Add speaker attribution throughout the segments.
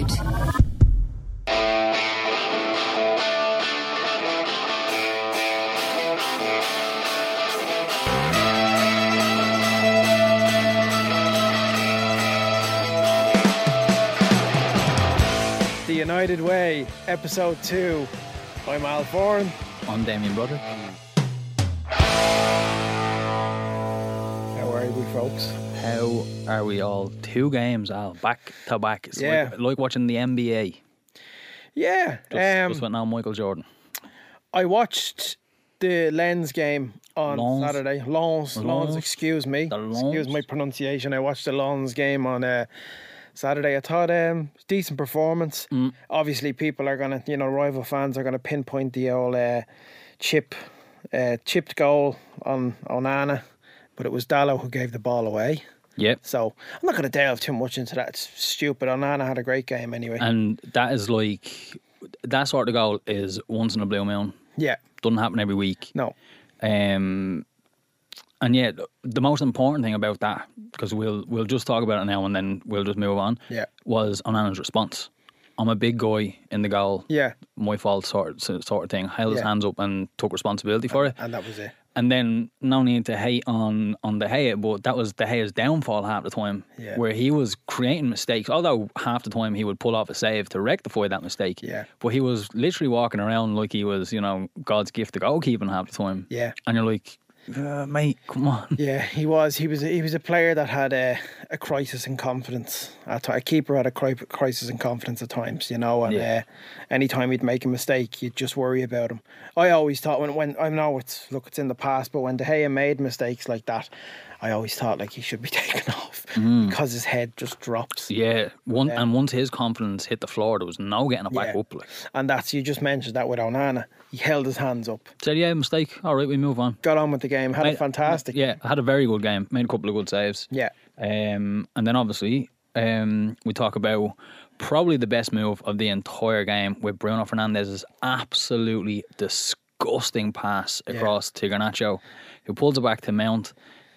Speaker 1: Institute.
Speaker 2: The United Way, Episode 2. I'm Al Foran.
Speaker 3: I'm Damien Broderick.
Speaker 2: How are we, folks?
Speaker 3: How are we all? Two games, Al, back to back. It's
Speaker 2: Yeah.
Speaker 3: like, like watching the NBA.
Speaker 2: Yeah.
Speaker 3: Just,
Speaker 2: um,
Speaker 3: just went on Michael Jordan.
Speaker 2: I watched the Lens game on
Speaker 3: Lens.
Speaker 2: Saturday. Lens, Lens,
Speaker 3: Lens.
Speaker 2: excuse me.
Speaker 3: The
Speaker 2: Excuse
Speaker 3: Lens.
Speaker 2: my pronunciation. I watched the Lens game on uh, Saturday. I thought um decent performance.
Speaker 3: Mm.
Speaker 2: Obviously people are gonna you know, rival fans are gonna pinpoint the old uh, chip uh, chipped goal on on Anna, but it was Dallow who gave the ball away.
Speaker 3: Yep.
Speaker 2: So I'm not gonna delve too much into that. It's stupid. Onana had a great game anyway.
Speaker 3: And that is like, that sort of goal is once in a blue moon.
Speaker 2: yeah.
Speaker 3: Doesn't happen every week.
Speaker 2: No.
Speaker 3: Um, and yeah, th- the most important thing about that, because we'll we'll just talk about it now and then we'll just move on.
Speaker 2: Yeah.
Speaker 3: Was Onana's response. I'm a big guy in the goal.
Speaker 2: Yeah.
Speaker 3: My fault, sort sort of thing. Held his
Speaker 2: Yeah.
Speaker 3: hands up and took responsibility for it.
Speaker 2: And that was it.
Speaker 3: And then no need to hate on on De Gea, but that was De Gea's downfall half the time,
Speaker 2: Yeah.
Speaker 3: where he was creating mistakes. Although half the time he would pull off a save to rectify that mistake,
Speaker 2: Yeah.
Speaker 3: But he was literally walking around like he was, you know, God's gift to goalkeeping half the time,
Speaker 2: Yeah.
Speaker 3: And you're like, uh, mate, come on,
Speaker 2: Yeah, he was. He was. He was a player that had a, a crisis in confidence. At ti- a keeper had a cri- crisis in confidence at times, you know. And
Speaker 3: Yeah.
Speaker 2: uh, anytime he'd make a mistake, you'd just worry about him. I always thought when when I know it's look, it's in the past, but when De Gea made mistakes like that, I always thought like he should be taken off
Speaker 3: Mm.
Speaker 2: because his head just drops.
Speaker 3: yeah. One and once his confidence hit the floor, there was no getting it back
Speaker 2: Yeah.
Speaker 3: up. Like,
Speaker 2: And that's you just mentioned that with Onana. He held his hands up,
Speaker 3: said, yeah, mistake. All right, we move on.
Speaker 2: got on with the game, had a
Speaker 3: Made-
Speaker 2: fantastic.
Speaker 3: Yeah, had a very good game. Made a couple of good saves.
Speaker 2: Yeah.
Speaker 3: Um, and then obviously, um, we talk about probably the best move of the entire game with Bruno Fernandez's absolutely disgusting pass across to Garnacho, who pulls it back to Mount.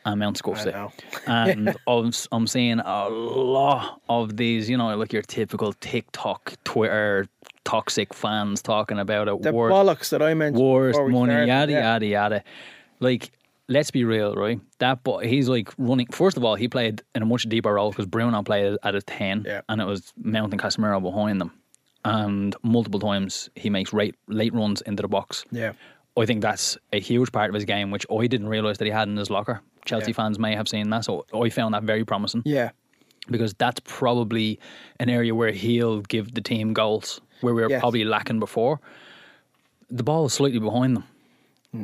Speaker 3: And Mount scuffs
Speaker 2: I
Speaker 3: it.
Speaker 2: know.
Speaker 3: And I'm, s- I'm seeing a lot of these, you know, like your typical TikTok, Twitter, toxic fans talking about it.
Speaker 2: The
Speaker 3: Worth-
Speaker 2: bollocks that I mentioned.
Speaker 3: worst
Speaker 2: before we
Speaker 3: money,
Speaker 2: started,
Speaker 3: yada
Speaker 2: yeah.
Speaker 3: yada yada. Like, let's be real, right? That boy, he's like running. First of all, he played in a much deeper role because Bruno played at a ten,
Speaker 2: Yeah.
Speaker 3: and it was Mount and Casemiro behind them, and multiple times he makes late, late runs into the box.
Speaker 2: Yeah.
Speaker 3: I think that's a huge part of his game, which I didn't realize that he had in his locker. Chelsea
Speaker 2: Yeah.
Speaker 3: fans may have seen that, so I found that very promising
Speaker 2: Yeah.
Speaker 3: because that's probably an area where he'll give the team goals where we were
Speaker 2: Yes.
Speaker 3: probably lacking before. The ball is slightly behind them,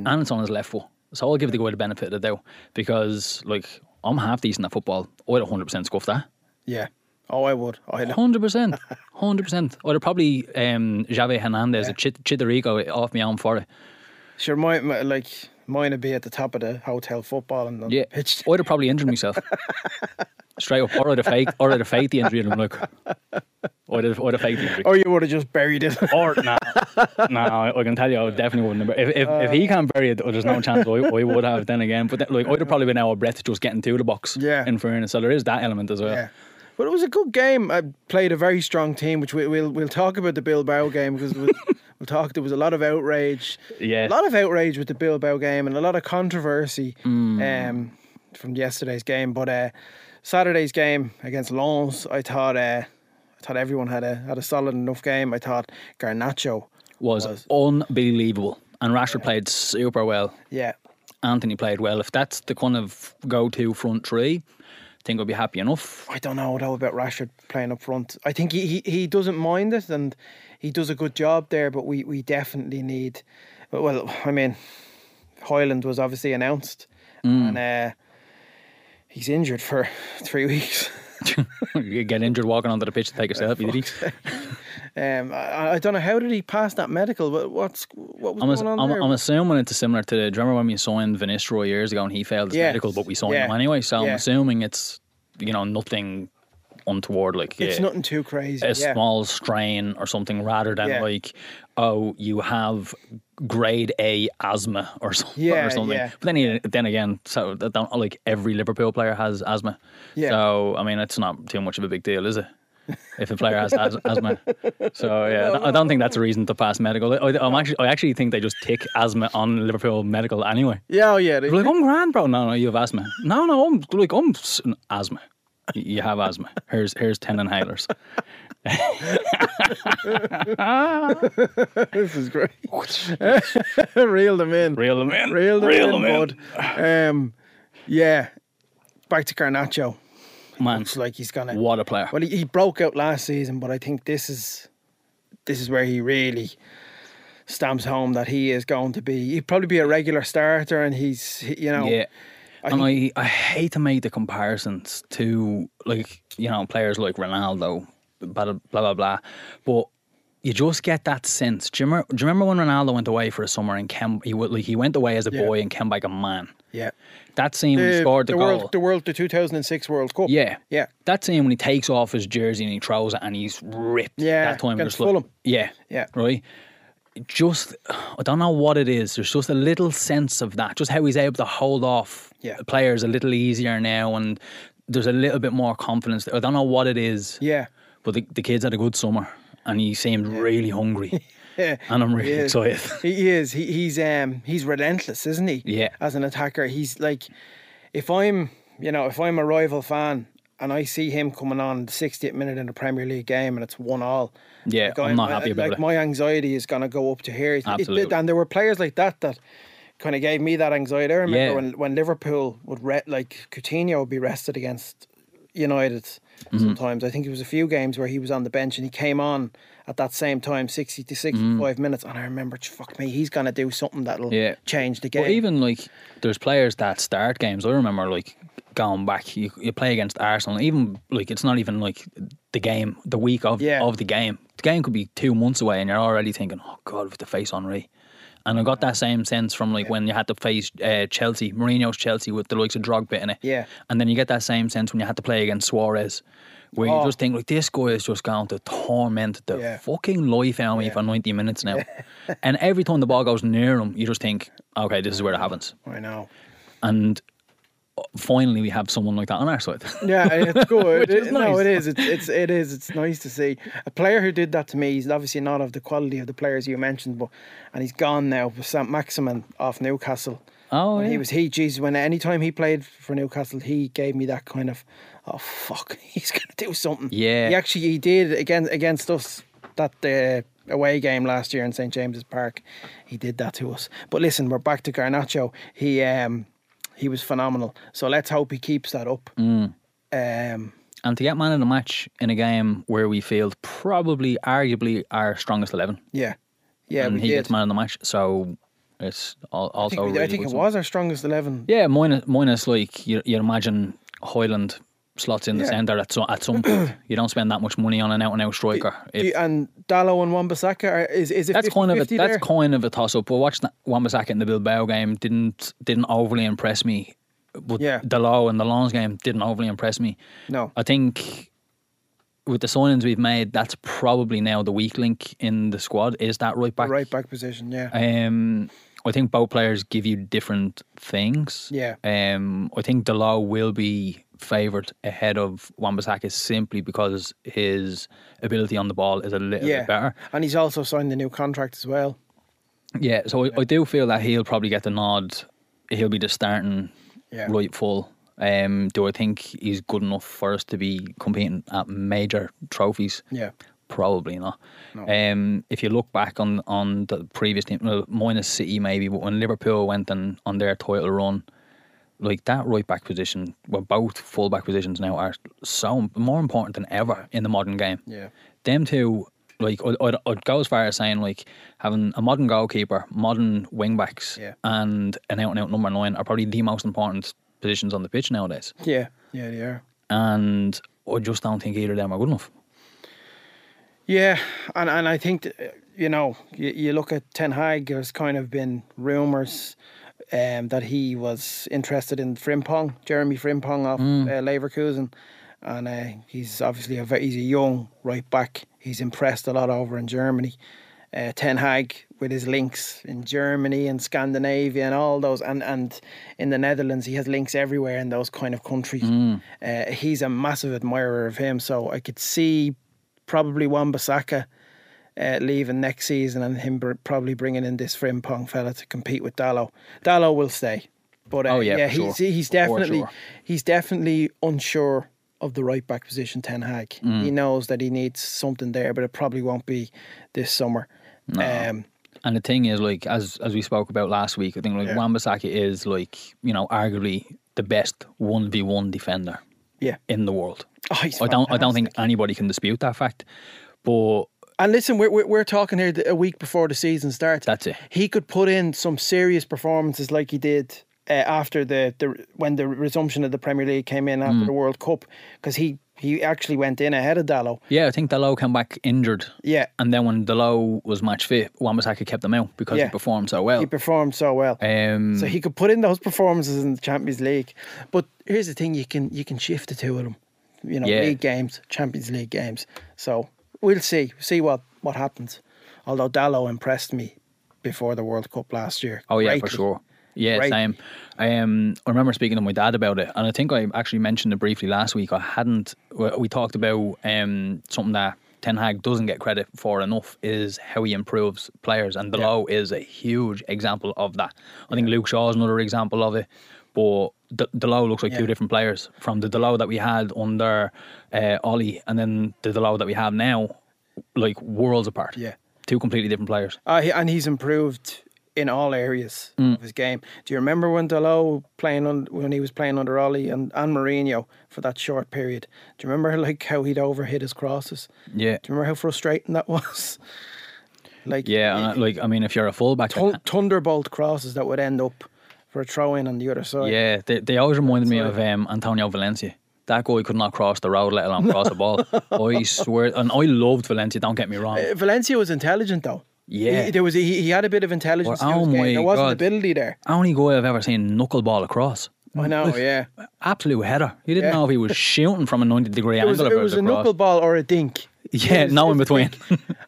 Speaker 3: and it's on his left foot. So I'll give the guy the benefit of the doubt because, like, I'm half decent at football. I'd 100% scuff that.
Speaker 2: Yeah. Oh, I would. I know.
Speaker 3: 100%. 100%. I'd have probably um, Javier Hernandez, a Chit- Chidorigo off my arm for it.
Speaker 2: Sure, my, my like mine would be at the top of the hotel football and then
Speaker 3: Yeah.
Speaker 2: pitched.
Speaker 3: I'd have probably injured myself. Straight up. Or I'd have faked, or I'd have faked the injury and I'm like, I'd have, I'd have faked the injury.
Speaker 2: Or you would have just buried it.
Speaker 3: Or no, no, I I can tell you, I definitely wouldn't. Have, if if, if he can't bury it, there's no chance I, I would have. Then again, but then, like I'd have probably been out of breath just getting to the box.
Speaker 2: Yeah.
Speaker 3: in fairness, so there is that element as well.
Speaker 2: yeah. But it was a good game. I played a very strong team, which we, we'll we'll talk about the Bilbao game because we'll, we'll talk. There was a lot of outrage, a
Speaker 3: Yeah.
Speaker 2: lot of outrage with the Bilbao game and a lot of controversy um, from yesterday's game. But uh, Saturday's game against Lens, I thought uh, I thought everyone had a had a solid enough game. I thought Garnacho,
Speaker 3: Was, unbelievable, and Rashford played super well.
Speaker 2: yeah,
Speaker 3: Anthony played well. If that's the kind of go-to front three, I think I'd be happy enough.
Speaker 2: I don't know though about Rashford playing up front. I think he, he, he doesn't mind it and he does a good job there, but we, we definitely need. Well, I mean, Hoyland was obviously announced and uh, he's injured for three weeks.
Speaker 3: You Get injured walking onto the pitch to take a selfie, did he?
Speaker 2: Um, I, I don't know how did he pass that medical. What what's what was
Speaker 3: I'm, ass-
Speaker 2: going on
Speaker 3: I'm,
Speaker 2: there?
Speaker 3: I'm assuming it's similar to. Do you remember when we signed Vinisteroy years ago and he failed his
Speaker 2: Yes.
Speaker 3: medical, but we signed
Speaker 2: Yeah.
Speaker 3: him anyway? So
Speaker 2: Yeah.
Speaker 3: I'm assuming it's you know nothing untoward, like
Speaker 2: it's
Speaker 3: uh,
Speaker 2: nothing too crazy.
Speaker 3: a
Speaker 2: yeah.
Speaker 3: small strain or something, rather than
Speaker 2: Yeah.
Speaker 3: like oh you have grade A asthma or something.
Speaker 2: Yeah,
Speaker 3: or something.
Speaker 2: yeah.
Speaker 3: But then he- then again, so that don't, like every Liverpool player has asthma.
Speaker 2: Yeah.
Speaker 3: So I mean, it's not too much of a big deal, is it? if a player has as- asthma. So yeah, I don't think that's a reason to pass medical. I, I'm actually, I actually think they just tick asthma on Liverpool medical anyway.
Speaker 2: Yeah, oh yeah. They,
Speaker 3: They're like, I'm grand, bro. No, no, you have asthma. No, no, I'm like, I'm s- asthma. Y- You have asthma. Here's here's ten inhalers.
Speaker 2: this is great. Reel them in.
Speaker 3: Reel them in.
Speaker 2: Reel them
Speaker 3: Reel
Speaker 2: in,
Speaker 3: them
Speaker 2: bud. Um, yeah. Back to Garnacho.
Speaker 3: Man,
Speaker 2: Looks like he's gonna.
Speaker 3: what a player.
Speaker 2: Well, he, he broke out last season, but I think this is this is where he really stamps home that he is going to be. He'd probably be a regular starter, and he's he- you know
Speaker 3: Yeah.
Speaker 2: I
Speaker 3: and I, I hate to make the comparisons to like you know players like Ronaldo, blah blah blah, blah. but you just get that sense. Do you, remember, do you remember when Ronaldo went away for a summer and came? He would like he went away as a
Speaker 2: Yeah.
Speaker 3: boy and came back a man.
Speaker 2: yeah.
Speaker 3: That scene when he scored the, goal.
Speaker 2: world, the world, the 2006 World Cup.
Speaker 3: yeah,
Speaker 2: yeah.
Speaker 3: That scene when he takes off his jersey and he throws it and he's ripped.
Speaker 2: Yeah,
Speaker 3: that time it
Speaker 2: against
Speaker 3: was like-
Speaker 2: Fulham.
Speaker 3: yeah,
Speaker 2: Yeah.
Speaker 3: right? Just, I don't know what it is. There's just a little sense of that, just how he's able to hold off
Speaker 2: Yeah.
Speaker 3: players a little easier now, and there's a little bit more confidence. I don't know what it is,
Speaker 2: Yeah.
Speaker 3: but the, the kids had a good summer, and he seemed really hungry,
Speaker 2: Yeah.
Speaker 3: and I'm really
Speaker 2: Yeah.
Speaker 3: excited.
Speaker 2: He is. He, he's um he's relentless, isn't he?
Speaker 3: Yeah.
Speaker 2: As an attacker, he's like, if I'm you know if I'm a rival fan and I see him coming on in the 60th minute in the Premier League game and it's one all.
Speaker 3: Yeah,
Speaker 2: like,
Speaker 3: I'm not happy about
Speaker 2: like
Speaker 3: it.
Speaker 2: My anxiety is gonna go up to here. It- it-
Speaker 3: Absolutely.
Speaker 2: and there were players like that that. Kind of gave me that anxiety. I remember
Speaker 3: Yeah.
Speaker 2: when, when Liverpool would re- like Coutinho would be rested against United
Speaker 3: Mm-hmm.
Speaker 2: sometimes. I think it was a few games where he was on the bench and he came on at that same time, 60 to 65 minutes. And I remember, fuck me, he's going to do something that'll
Speaker 3: Mm. Yeah.
Speaker 2: change the game.
Speaker 3: But even like there's players that start games. I remember like going back, you, you play against Arsenal. Even like it's not even like the game, the week of
Speaker 2: Yeah.
Speaker 3: of the game. The game could be two months away, and you're already thinking, "Oh God, with the face Henri." And I got that same sense from like when you had to face uh, Chelsea, Mourinho's Chelsea with the likes of Drogba in it.
Speaker 2: Yeah.
Speaker 3: And then you get that same sense when you had to play against Suarez, where
Speaker 2: Oh.
Speaker 3: you just think like this guy is just going to torment the
Speaker 2: Yeah.
Speaker 3: fucking life out of me for 90 minutes now. and every time the ball goes near him, you just think, okay, this is where it happens.
Speaker 2: I know.
Speaker 3: And uh, finally, we have someone like that on our side.
Speaker 2: Yeah, and it's good.
Speaker 3: Which is
Speaker 2: It- No,
Speaker 3: nice.
Speaker 2: it is. It's, it's it is. It's nice to see a player who did that to me. He's obviously not of the quality of the players you mentioned, but and he's gone now. Was Saint Maximin off Newcastle?
Speaker 3: oh,
Speaker 2: When
Speaker 3: yeah.
Speaker 2: He was he. Jeez, when any time he played for Newcastle, he gave me that kind of, oh fuck, he's gonna do something.
Speaker 3: Yeah.
Speaker 2: he actually he did again against us that uh, away game last year in St James's Park. He did that to us. But listen, we're back to Garnacho. He um he was phenomenal. So let's hope he keeps that up.
Speaker 3: Mm.
Speaker 2: Um,
Speaker 3: and to get man of the match in a game where we field probably, arguably, our strongest 11.
Speaker 2: yeah, yeah,
Speaker 3: and
Speaker 2: we
Speaker 3: he
Speaker 2: did.
Speaker 3: gets man of the match. So it's al-
Speaker 2: I
Speaker 3: also
Speaker 2: think, we-
Speaker 3: really
Speaker 2: I think
Speaker 3: good
Speaker 2: it
Speaker 3: stuff.
Speaker 2: was our strongest eleven.
Speaker 3: Yeah, minus minus like you you imagine Hoyland slots in the
Speaker 2: Yeah.
Speaker 3: centre at some at some point. you don't spend that much money on an out and out striker. If-
Speaker 2: And Dallo and Wan-Bissaka are is is it
Speaker 3: that's kind of a
Speaker 2: 50-50
Speaker 3: that's
Speaker 2: there?
Speaker 3: kind of a toss up. But watching Wan-Bissaka in the Bilbao game didn't didn't overly impress me. But
Speaker 2: Yeah.
Speaker 3: the low and the longs game didn't overly impress me.
Speaker 2: no.
Speaker 3: I think with the signings we've made, that's probably now the weak link in the squad. Is that right back?
Speaker 2: Right back position, yeah.
Speaker 3: Um, I think both players give you different things.
Speaker 2: Yeah.
Speaker 3: Um, I think Delo will be favoured ahead of Wambasaka simply because his ability on the ball is a little
Speaker 2: yeah.
Speaker 3: bit better.
Speaker 2: And he's also signed a new contract as well.
Speaker 3: Yeah. So I, I do feel that he'll probably get the nod. He'll be the starting
Speaker 2: Yeah.
Speaker 3: right full. Um, do I think he's good enough for us to be competing at major trophies?
Speaker 2: Yeah.
Speaker 3: Probably not. Um, if you look back on on the previous team, well, minus City maybe, but when Liverpool went and on their title run, like that right back position, well, both full back positions now are so more important than ever in the modern game.
Speaker 2: Yeah.
Speaker 3: Them two, like I'd, I'd, I'd go as far as saying like having a modern goalkeeper, modern wing backs,
Speaker 2: Yeah.
Speaker 3: and an out and out number nine are probably the most important positions on the pitch nowadays.
Speaker 2: Yeah. Yeah, they are.
Speaker 3: And I just don't think either of them are good enough.
Speaker 2: Yeah, and and I think that, uh, you know you, you look at Ten Hag. There's kind of been rumours um, that he was interested in Frimpong, Jeremy Frimpong off uh, Leverkusen, and uh, he's obviously a ve- he's a young right back. He's impressed a lot over in Germany. uh, Ten Hag with his links in Germany and Scandinavia and all those, and, and in the Netherlands, he has links everywhere in those kind of countries. Uh, he's a massive admirer of him, so I could see probably Wan Bissaka uh, leaving next season and him br- probably bringing in this Frimpong fella to compete with Dallo. Dallo will stay, but uh,
Speaker 3: Oh, yeah,
Speaker 2: yeah
Speaker 3: for
Speaker 2: he's
Speaker 3: sure.
Speaker 2: he's
Speaker 3: For
Speaker 2: definitely
Speaker 3: sure.
Speaker 2: he's definitely unsure of the right back position. Ten Hag,
Speaker 3: Mm.
Speaker 2: he knows that he needs something there, but it probably won't be this summer. Um,
Speaker 3: And the thing is, like as as we spoke about last week, I think like
Speaker 2: Yeah.
Speaker 3: Wan-Bissaka is like you know arguably the best one v one defender
Speaker 2: yeah,
Speaker 3: in the world.
Speaker 2: Oh, he's
Speaker 3: I don't I don't think anybody can dispute that fact. But
Speaker 2: And listen, we're, we're, we're talking here th- a week before the season starts.
Speaker 3: That's it.
Speaker 2: He could put in some serious performances like he did uh, after the, the when the resumption of the Premier League came in after
Speaker 3: Mm.
Speaker 2: the World Cup because he, he actually went in ahead of Dallo.
Speaker 3: yeah, I think Delo came back injured.
Speaker 2: Yeah,
Speaker 3: And then when Delo was match fit, Wan-Bissaka kept him out because
Speaker 2: Yeah.
Speaker 3: he performed so well.
Speaker 2: he performed so well.
Speaker 3: um,
Speaker 2: so he could put in those performances in the Champions League. But here's the thing: you can you can shift the two of them. You know,
Speaker 3: Yeah.
Speaker 2: league games, Champions League games. So we'll see see what what happens. Although Dallo impressed me before the World Cup last year.
Speaker 3: Oh yeah, for
Speaker 2: greatly.
Speaker 3: sure. Yeah,
Speaker 2: Greatly.
Speaker 3: same. Um, I remember speaking to my dad about it, and I think I actually mentioned it briefly last week. I hadn't. we- We talked about um, something that Ten Hag doesn't get credit for enough is how he improves players, and Below is a huge example of that. I think Luke Shaw is another example of it. But D- Delo looks like two
Speaker 2: Yeah.
Speaker 3: different players from the Delo that we had under uh, Ollie, and then the Delo that we have now, like worlds apart.
Speaker 2: Yeah.
Speaker 3: two completely different players.
Speaker 2: Uh, he, and he's improved in all areas
Speaker 3: Mm.
Speaker 2: of his game. Do you remember when Delo playing un, when he was playing under Ollie and, and Mourinho for that short period? Do you remember like how he'd overhit his crosses?
Speaker 3: Yeah,
Speaker 2: Do you remember how frustrating that was? like
Speaker 3: Yeah, and
Speaker 2: he-
Speaker 3: I- like I mean, if you're a fullback,
Speaker 2: thun- thunderbolt crosses that would end up for a throw in on the other side.
Speaker 3: yeah, they, they always reminded me of um, Antonio Valencia. That guy could not cross the road, let alone cross a ball. I swear, and I loved Valencia. Don't get me wrong.
Speaker 2: Uh, Valencia was intelligent though.
Speaker 3: Yeah.
Speaker 2: He- there was a, he, he had a bit of intelligence.
Speaker 3: Well,
Speaker 2: in his
Speaker 3: oh
Speaker 2: game.
Speaker 3: my
Speaker 2: there wasn't
Speaker 3: God.
Speaker 2: ability there.
Speaker 3: Only guy I've ever seen knuckleball across.
Speaker 2: I know. Yeah,
Speaker 3: Absolute header. He didn't
Speaker 2: Yeah.
Speaker 3: know if he was shooting from a ninety degree
Speaker 2: it
Speaker 3: angle.
Speaker 2: was,
Speaker 3: or
Speaker 2: it
Speaker 3: if
Speaker 2: was a
Speaker 3: across.
Speaker 2: knuckle ball or a dink.
Speaker 3: Yeah,
Speaker 2: was-
Speaker 3: no
Speaker 2: it
Speaker 3: in
Speaker 2: was
Speaker 3: between.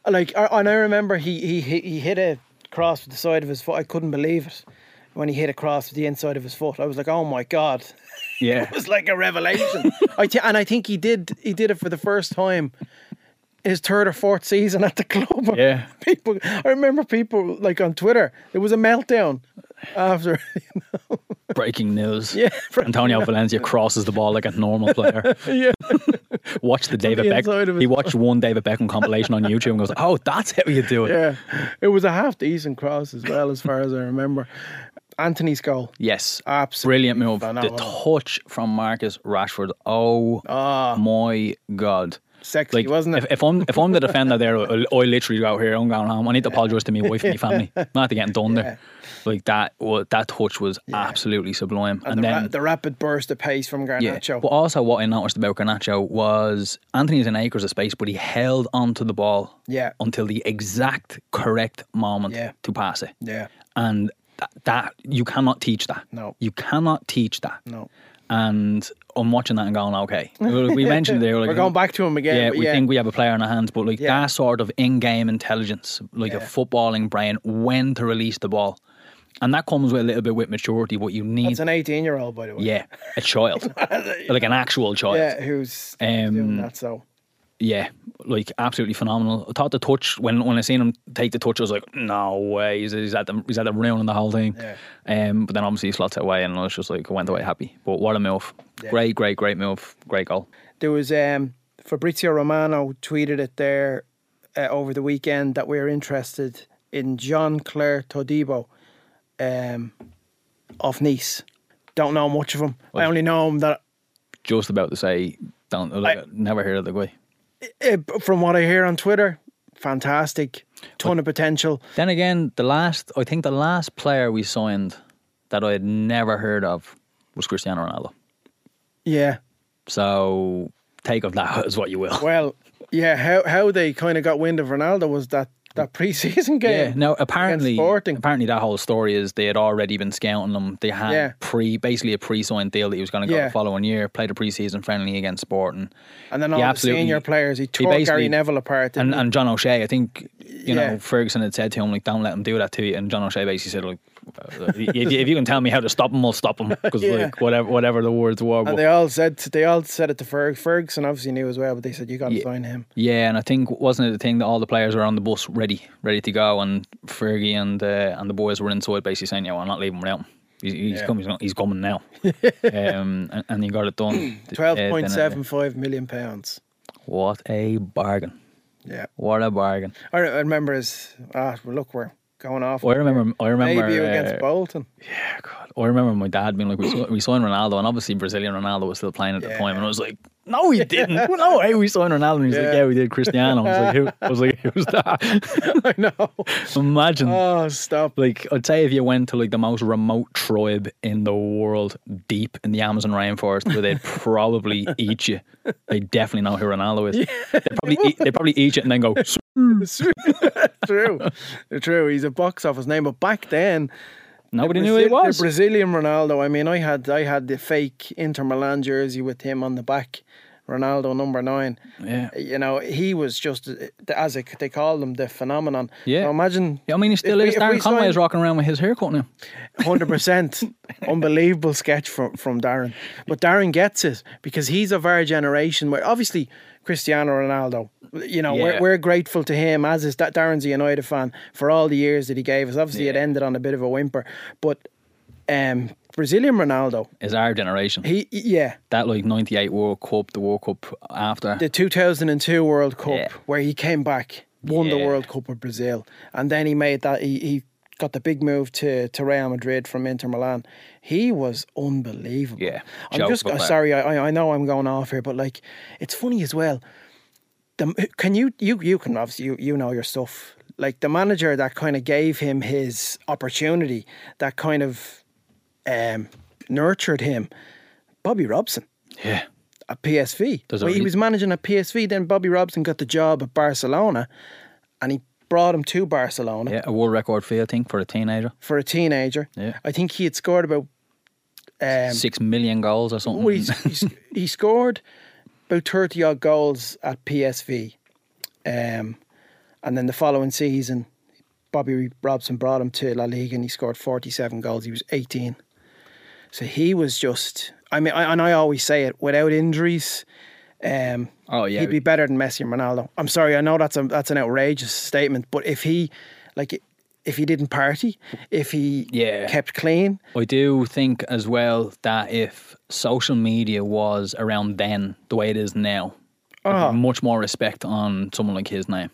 Speaker 2: like I- and I remember he he hit, he hit a cross with the side of his foot. I couldn't believe it when he hit a cross with the inside of his foot. I was like, oh my god,
Speaker 3: yeah,
Speaker 2: it was like a revelation. I thi- and I think he did he did it for the first time. His third or fourth season at the club.
Speaker 3: Yeah.
Speaker 2: people. I remember people like on Twitter. There was a meltdown after.
Speaker 3: breaking news.
Speaker 2: Yeah,
Speaker 3: Antonio Valencia crosses the ball like a normal player.
Speaker 2: yeah,
Speaker 3: Watch the David
Speaker 2: the inside of
Speaker 3: Beckham.
Speaker 2: his
Speaker 3: He watched one David Beckham compilation on YouTube and goes, "Oh, that's how you do it."
Speaker 2: yeah. It was a half decent cross as well, as far as I remember. Anthony's goal.
Speaker 3: Yes,
Speaker 2: Absolutely
Speaker 3: brilliant move. The
Speaker 2: phenomenal.
Speaker 3: touch from Marcus Rashford. Oh,
Speaker 2: Ah.
Speaker 3: my god.
Speaker 2: Sexy,
Speaker 3: Like,
Speaker 2: wasn't it?
Speaker 3: If, if I'm if I'm the defender there, I, I literally go out here. I'm going home. I need to apologise to my wife and my family. Not to getting done there. Like that. wa- that touch was absolutely sublime. And,
Speaker 2: the,
Speaker 3: then
Speaker 2: ra- the rapid burst of pace from
Speaker 3: yeah.
Speaker 2: Garnacho.
Speaker 3: But also, what I noticed about Garnacho was Anthony's in acres of space, but he held onto the ball
Speaker 2: Yeah.
Speaker 3: until the exact correct moment
Speaker 2: Yeah.
Speaker 3: to pass it.
Speaker 2: Yeah.
Speaker 3: And that, that you cannot teach that.
Speaker 2: No.
Speaker 3: You cannot teach that.
Speaker 2: No.
Speaker 3: And I'm watching that and going, okay. We mentioned there, like,
Speaker 2: We're going back to him again.
Speaker 3: yeah,
Speaker 2: but
Speaker 3: we think we have a player in our hands, but like
Speaker 2: Yeah.
Speaker 3: that sort of in-game intelligence, like a
Speaker 2: Yeah.
Speaker 3: footballing brain, when to release the ball, and that comes with a little bit with maturity. What you need,
Speaker 2: it's an 18 year old, by the way.
Speaker 3: yeah, a child, like an actual child.
Speaker 2: Yeah, who's
Speaker 3: Um,
Speaker 2: doing that? So
Speaker 3: yeah, like absolutely phenomenal. I thought the touch when when I seen him take the touch, I was like, no way, he's, he's at the he's at the ruining the whole thing.
Speaker 2: Yeah.
Speaker 3: Um, but then obviously he slots it away, and I was just like, I went away happy. But what a move! Great, great, great move. Great goal.
Speaker 2: there was um, Fabrizio Romano tweeted it there uh, over the weekend that we are interested in John Claire Todibo um, of Nice. Don't know much of him. I only know him that
Speaker 3: Just about to say, don't like, never heard of the guy.
Speaker 2: eh, from what I hear on Twitter. Fantastic, ton of potential.
Speaker 3: Then again, the last I think the last player we signed that I had never heard of was Cristiano Ronaldo.
Speaker 2: Yeah,
Speaker 3: So take of that as what you will.
Speaker 2: Well, yeah, how how they kind of got wind of Ronaldo was that that preseason game.
Speaker 3: Yeah. Now apparently,
Speaker 2: Sporting.
Speaker 3: apparently that whole story is they had already been scouting him. They had
Speaker 2: Yeah.
Speaker 3: pre, basically a pre-signed deal that he was going to go
Speaker 2: Yeah.
Speaker 3: the following year. Played a pre-season friendly against Sporting,
Speaker 2: and then
Speaker 3: he
Speaker 2: all the
Speaker 3: absolutely-
Speaker 2: senior players, he tore
Speaker 3: basically-
Speaker 2: Gary Neville apart. didn't
Speaker 3: and and John O'Shea. I think you
Speaker 2: Yeah.
Speaker 3: know, Ferguson had said to him, like, don't let him do that to you. And John O'Shea basically said, like, uh, if, if you can tell me how to stop him, I'll stop him. Because,
Speaker 2: Yeah.
Speaker 3: like, whatever whatever the words were.
Speaker 2: And
Speaker 3: but-
Speaker 2: they all said they all said it to Ferg. Ferguson obviously knew as well, but they said you got to
Speaker 3: Yeah.
Speaker 2: sign him.
Speaker 3: yeah, and I think, wasn't it the thing that all the players were on the bus ready, ready to go? And Fergie and uh, and the boys were inside basically saying, yeah, well, I'm not leaving without him. He's, he's
Speaker 2: Yeah.
Speaker 3: coming, he's, not, he's coming now. um, and, and he got it done. Uh,
Speaker 2: Twelve
Speaker 3: then, uh,
Speaker 2: point seven five million pounds.
Speaker 3: What a bargain.
Speaker 2: Yeah,
Speaker 3: What a bargain.
Speaker 2: I re- I remember his. Ah, well, look, we're going off.
Speaker 3: Oh, I remember, I remember.
Speaker 2: Maybe
Speaker 3: uh,
Speaker 2: against Bolton.
Speaker 3: Yeah, God. I remember my dad being like, we, saw, we signed Ronaldo, and obviously Brazilian Ronaldo was still playing at the
Speaker 2: Yeah.
Speaker 3: time, and I was like, no, he didn't. Well, no, hey, we signed Ronaldo, and he's like,
Speaker 2: Yeah.
Speaker 3: yeah, we did Cristiano. I was like, who? I was like, who's that?
Speaker 2: I know.
Speaker 3: Imagine.
Speaker 2: Oh, stop.
Speaker 3: like I'd say, if you went to like the most remote tribe in the world, deep in the Amazon rainforest, where they'd probably eat you, they definitely know who Ronaldo is. They probably eat, they probably eat it and then go. "S-
Speaker 2: true, true. He's a box office name, but back then
Speaker 3: Nobody knew who he
Speaker 2: Brazil-
Speaker 3: was.
Speaker 2: The Brazilian Ronaldo. I mean, I had I had the fake Inter Milan jersey with him on the back, Ronaldo number nine.
Speaker 3: yeah.
Speaker 2: You know, he was just uh, as they they called him the phenomenon.
Speaker 3: Yeah.
Speaker 2: So imagine
Speaker 3: Yeah, I mean, he still
Speaker 2: we-
Speaker 3: is.
Speaker 2: if we
Speaker 3: Darren Conway is
Speaker 2: signed-
Speaker 3: rocking around with his haircut now.
Speaker 2: Hundred percent, unbelievable sketch from from Darren. But Darren gets it because he's of our generation. Where obviously Cristiano Ronaldo, you know,
Speaker 3: Yeah.
Speaker 2: we're, we're grateful to him as is that Darren's a United fan for all the years that he gave us. Obviously, it
Speaker 3: Yeah.
Speaker 2: ended on a bit of a whimper, but um, Brazilian Ronaldo,
Speaker 3: Is our generation.
Speaker 2: he yeah,
Speaker 3: that like 98 World Cup, the World Cup after.
Speaker 2: the 2002 World Cup
Speaker 3: Yeah.
Speaker 2: where he came back, won the
Speaker 3: Yeah.
Speaker 2: World Cup with Brazil, and then he made that he, he got the big move to, to Real Madrid from Inter Milan. He was unbelievable.
Speaker 3: Yeah,
Speaker 2: I'm
Speaker 3: joke
Speaker 2: just
Speaker 3: about
Speaker 2: uh,
Speaker 3: that.
Speaker 2: sorry. I I- I know I'm going off here, but like it's funny as well. The, can you you you can obviously you, you know your stuff. Like the manager that kind of gave him his opportunity, that kind of um, nurtured him, Bobby Robson
Speaker 3: yeah.
Speaker 2: at PSV.
Speaker 3: Does it
Speaker 2: Well, he
Speaker 3: really-
Speaker 2: was managing at PSV. Then Bobby Robson got the job at Barcelona, and he brought him to Barcelona
Speaker 3: Yeah, a world record fee, I think, for a teenager.
Speaker 2: for a teenager.
Speaker 3: Yeah.
Speaker 2: I think he had scored about. Um,
Speaker 3: Six million goals or something.
Speaker 2: well, he's, he's, he scored about thirty odd goals at PSV, um, and then the following season, Bobby Robson brought him to La Liga, and he scored forty-seven goals. He was eighteen, so he was just. I mean, I, and I always say it without injuries. Um,
Speaker 3: oh, yeah.
Speaker 2: he'd be better than Messi and Ronaldo. I'm sorry, I know that's a that's an outrageous statement, but if he, like, if he didn't party, if he
Speaker 3: Yeah.
Speaker 2: kept clean,
Speaker 3: I do think as well that if social media was around then the way it is now, there'd be
Speaker 2: Oh.
Speaker 3: much more respect on someone like his name.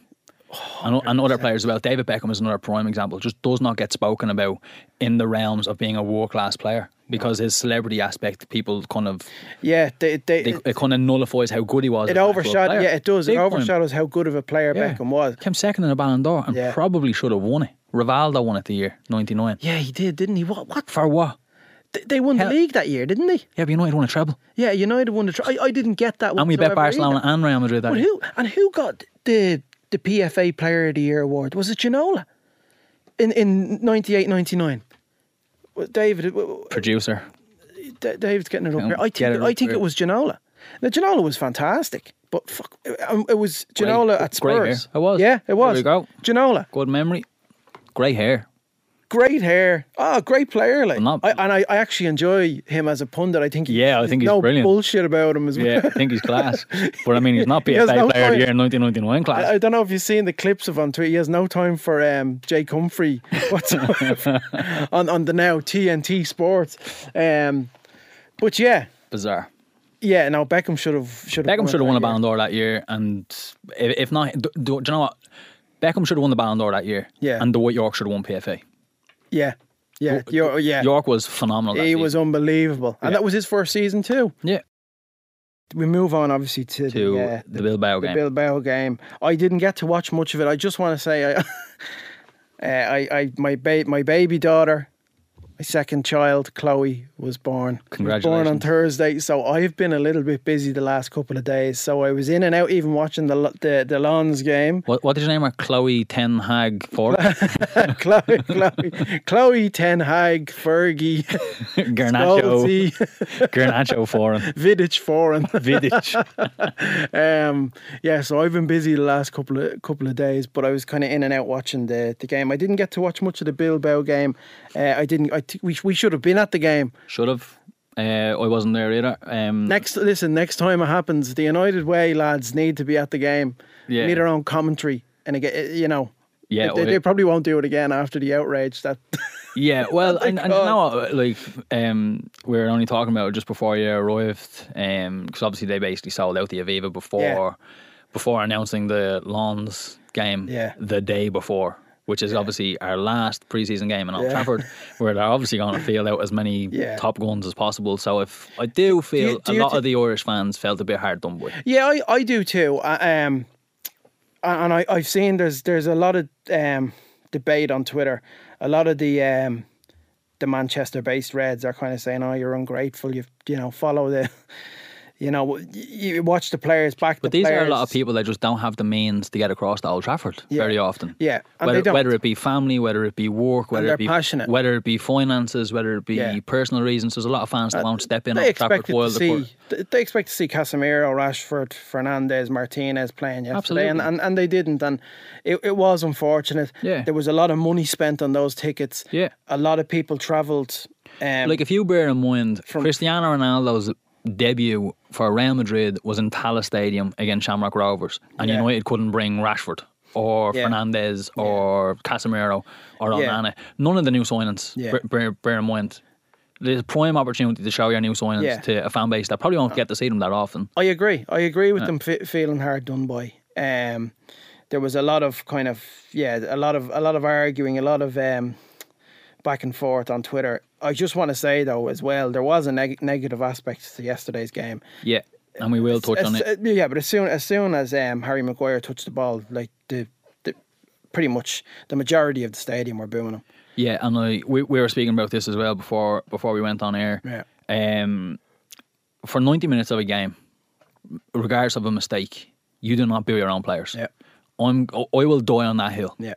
Speaker 3: And, o- and other players as well. David Beckham is another prime example. Just does not get spoken about in the realms of being a world class player because his celebrity aspect, people kind of
Speaker 2: yeah, they, they,
Speaker 3: they, it kind of nullifies how good he was.
Speaker 2: it
Speaker 3: as an actual
Speaker 2: overshot.
Speaker 3: player.
Speaker 2: Yeah, it does.
Speaker 3: Big
Speaker 2: it
Speaker 3: time.
Speaker 2: overshadows how good of a player
Speaker 3: Yeah.
Speaker 2: Beckham was.
Speaker 3: Came second in the Ballon d'Or and
Speaker 2: Yeah.
Speaker 3: probably should have won it. Rivaldo won it the year '99.
Speaker 2: Yeah, he did, didn't he? What? What?
Speaker 3: For what?
Speaker 2: Th- They won
Speaker 3: Hell-
Speaker 2: the league that year, didn't they?
Speaker 3: Yeah, but United won a treble,
Speaker 2: Yeah, United won the. Tr- I, I didn't get that.
Speaker 3: and we bet
Speaker 2: whatsoever either.
Speaker 3: Barcelona and Real Madrid that
Speaker 2: But
Speaker 3: year.
Speaker 2: who and who got the the PFA Player of the Year award? Was it Ginola? In in 98, 99? David, w- w-
Speaker 3: Producer.
Speaker 2: D- Dave's getting it up
Speaker 3: Yeah,
Speaker 2: here. I
Speaker 3: get
Speaker 2: think
Speaker 3: it
Speaker 2: I
Speaker 3: up
Speaker 2: think
Speaker 3: here.
Speaker 2: it was Ginola. Now Ginola was fantastic, but fuck, um, it was Ginola
Speaker 3: Great-
Speaker 2: at
Speaker 3: great hair.
Speaker 2: Spurs.
Speaker 3: It was.
Speaker 2: Yeah, it
Speaker 3: There
Speaker 2: was.
Speaker 3: we go.
Speaker 2: Ginola,
Speaker 3: Good memory. Great hair.
Speaker 2: great hair. Oh, great player. Like,
Speaker 3: I'm not-
Speaker 2: I, and I, I actually enjoy him as a pundit. I think. He,
Speaker 3: Yeah, I think he's
Speaker 2: no
Speaker 3: brilliant.
Speaker 2: bullshit about him as well.
Speaker 3: Yeah, I think he's class. But I mean, he's not
Speaker 2: He has
Speaker 3: PFA
Speaker 2: no Uh,
Speaker 3: Player of the
Speaker 2: choice.
Speaker 3: Year in 1999
Speaker 2: I,
Speaker 3: class.
Speaker 2: I don't know if you've seen the clips of on Twitter. He has no time for um, Jake Humphrey whatsoever on on the now TNT Sports. Um, but yeah,
Speaker 3: Bizarre.
Speaker 2: yeah. No, Beckham should have should have
Speaker 3: Beckham should have won a
Speaker 2: that year.
Speaker 3: Ballon d'Or that year, and if, if not, do, do you know what? Beckham should have won the Ballon d'Or that year.
Speaker 2: Yeah.
Speaker 3: and the White York should have won PFA.
Speaker 2: Yeah, yeah, You're- yeah.
Speaker 3: York was phenomenal. That
Speaker 2: He
Speaker 3: season.
Speaker 2: was unbelievable, and
Speaker 3: Yeah.
Speaker 2: that was his first season too.
Speaker 3: Yeah,
Speaker 2: We move on obviously to,
Speaker 3: to
Speaker 2: the, uh,
Speaker 3: the Bilbao
Speaker 2: the
Speaker 3: game.
Speaker 2: Bilbao game. I didn't get to watch much of it. I just want to say, I, uh, I, I, my ba- my baby daughter my second child, Chloe, was born. She was born on
Speaker 3: Congratulations.
Speaker 2: Thursday, so I've been a little bit busy the last couple of days. So I was in and out, even watching the Lo- the, the Lons game.
Speaker 3: What, what is your name? Are Chloe Ten Hag for
Speaker 2: Chloe, Chloe, Chloe Ten Hag, Fergie,
Speaker 3: Garnacho,
Speaker 2: Goldie,
Speaker 3: Garnacho Foreign
Speaker 2: Vidic Foreign.
Speaker 3: Vidic.
Speaker 2: Um, yeah, so I've been busy the last couple of couple of days, but I was kind of in and out watching the, the game. I didn't get to watch much of the Bilbao game. Uh, I didn't. I t- we sh- we should have been at the game.
Speaker 3: Should have. Uh, I wasn't there either. Um,
Speaker 2: Next, listen. Next time it happens, the United way lads need to be at the game.
Speaker 3: Yeah.
Speaker 2: Need their own commentary, and again, you know.
Speaker 3: Yeah,
Speaker 2: they,
Speaker 3: I-
Speaker 2: they probably won't do it again after the outrage that
Speaker 3: Yeah, well, and, and you
Speaker 2: God.
Speaker 3: know what, like um, we were only talking about it just before you arrived, because obviously they basically sold out the Aviva before before announcing the Lons game
Speaker 2: Yeah.
Speaker 3: the day before, which is obviously our last preseason game in Old
Speaker 2: Yeah.
Speaker 3: Trafford, where they're obviously going to field out as many
Speaker 2: Yeah.
Speaker 3: top guns as possible. So if I do feel
Speaker 2: do you
Speaker 3: a lot
Speaker 2: thi-
Speaker 3: of the Irish fans felt a bit hard done by.
Speaker 2: Yeah, I, I do too. I, um, and I I've seen there's there's a lot of um debate on Twitter. A lot of the um the Manchester based Reds are kind of saying, "Oh, you're ungrateful. You you know follow the." You know, y- you watch the players back.
Speaker 3: But
Speaker 2: the
Speaker 3: these
Speaker 2: players.
Speaker 3: are a lot of people that just don't have the means to get across to Old Trafford
Speaker 2: Yeah.
Speaker 3: very often.
Speaker 2: Yeah, and they
Speaker 3: whether,
Speaker 2: don't.
Speaker 3: whether it be family, whether it be work, whether
Speaker 2: they're
Speaker 3: it be
Speaker 2: passionate.
Speaker 3: whether it be finances, whether it be
Speaker 2: Yeah.
Speaker 3: personal reasons. There's a lot of fans that won't step in
Speaker 2: They
Speaker 3: Old Trafford
Speaker 2: expected
Speaker 3: while
Speaker 2: to
Speaker 3: the court-
Speaker 2: see. th- They expect to see Casemiro, Rashford, Fernandez, Martinez playing yesterday, and, and,
Speaker 3: Absolutely.
Speaker 2: and they didn't, and it, it was unfortunate.
Speaker 3: Yeah.
Speaker 2: there was a lot of money spent on those tickets.
Speaker 3: Yeah.
Speaker 2: a lot of people travelled. Um,
Speaker 3: Like if you bear in mind, Cristiano Ronaldo's debut for Real Madrid was in Tallaght Stadium against Shamrock Rovers, and
Speaker 2: Yeah.
Speaker 3: United couldn't bring Rashford or
Speaker 2: Yeah.
Speaker 3: Fernandez or Casemiro or
Speaker 2: Yeah.
Speaker 3: Onana. None of the new signings.
Speaker 2: Yeah.
Speaker 3: Bear, bear, bear in mind. There's a prime opportunity to show your new signings
Speaker 2: Yeah. Oh.
Speaker 3: to a fan base that probably won't get to see them that often.
Speaker 2: I agree. I agree with them fe feeling hard done by. Um, there was a lot of kind of yeah, a lot of a lot of arguing, a lot of um, back and forth on Twitter. I just want to say though, as well, there was a neg- negative aspect to yesterday's game.
Speaker 3: Yeah, and we will touch on
Speaker 2: As-
Speaker 3: it.
Speaker 2: uh, yeah, but as soon as soon as um, Harry Maguire touched the ball, like the, the pretty much the majority of the stadium were booing him.
Speaker 3: Yeah, and I, we we were speaking about this as well before before we went on air.
Speaker 2: Yeah.
Speaker 3: Um, for ninety minutes of a game, regardless of a mistake, you do not boo your own players.
Speaker 2: Yeah.
Speaker 3: I'm. I I will die on that hill.
Speaker 2: Yeah,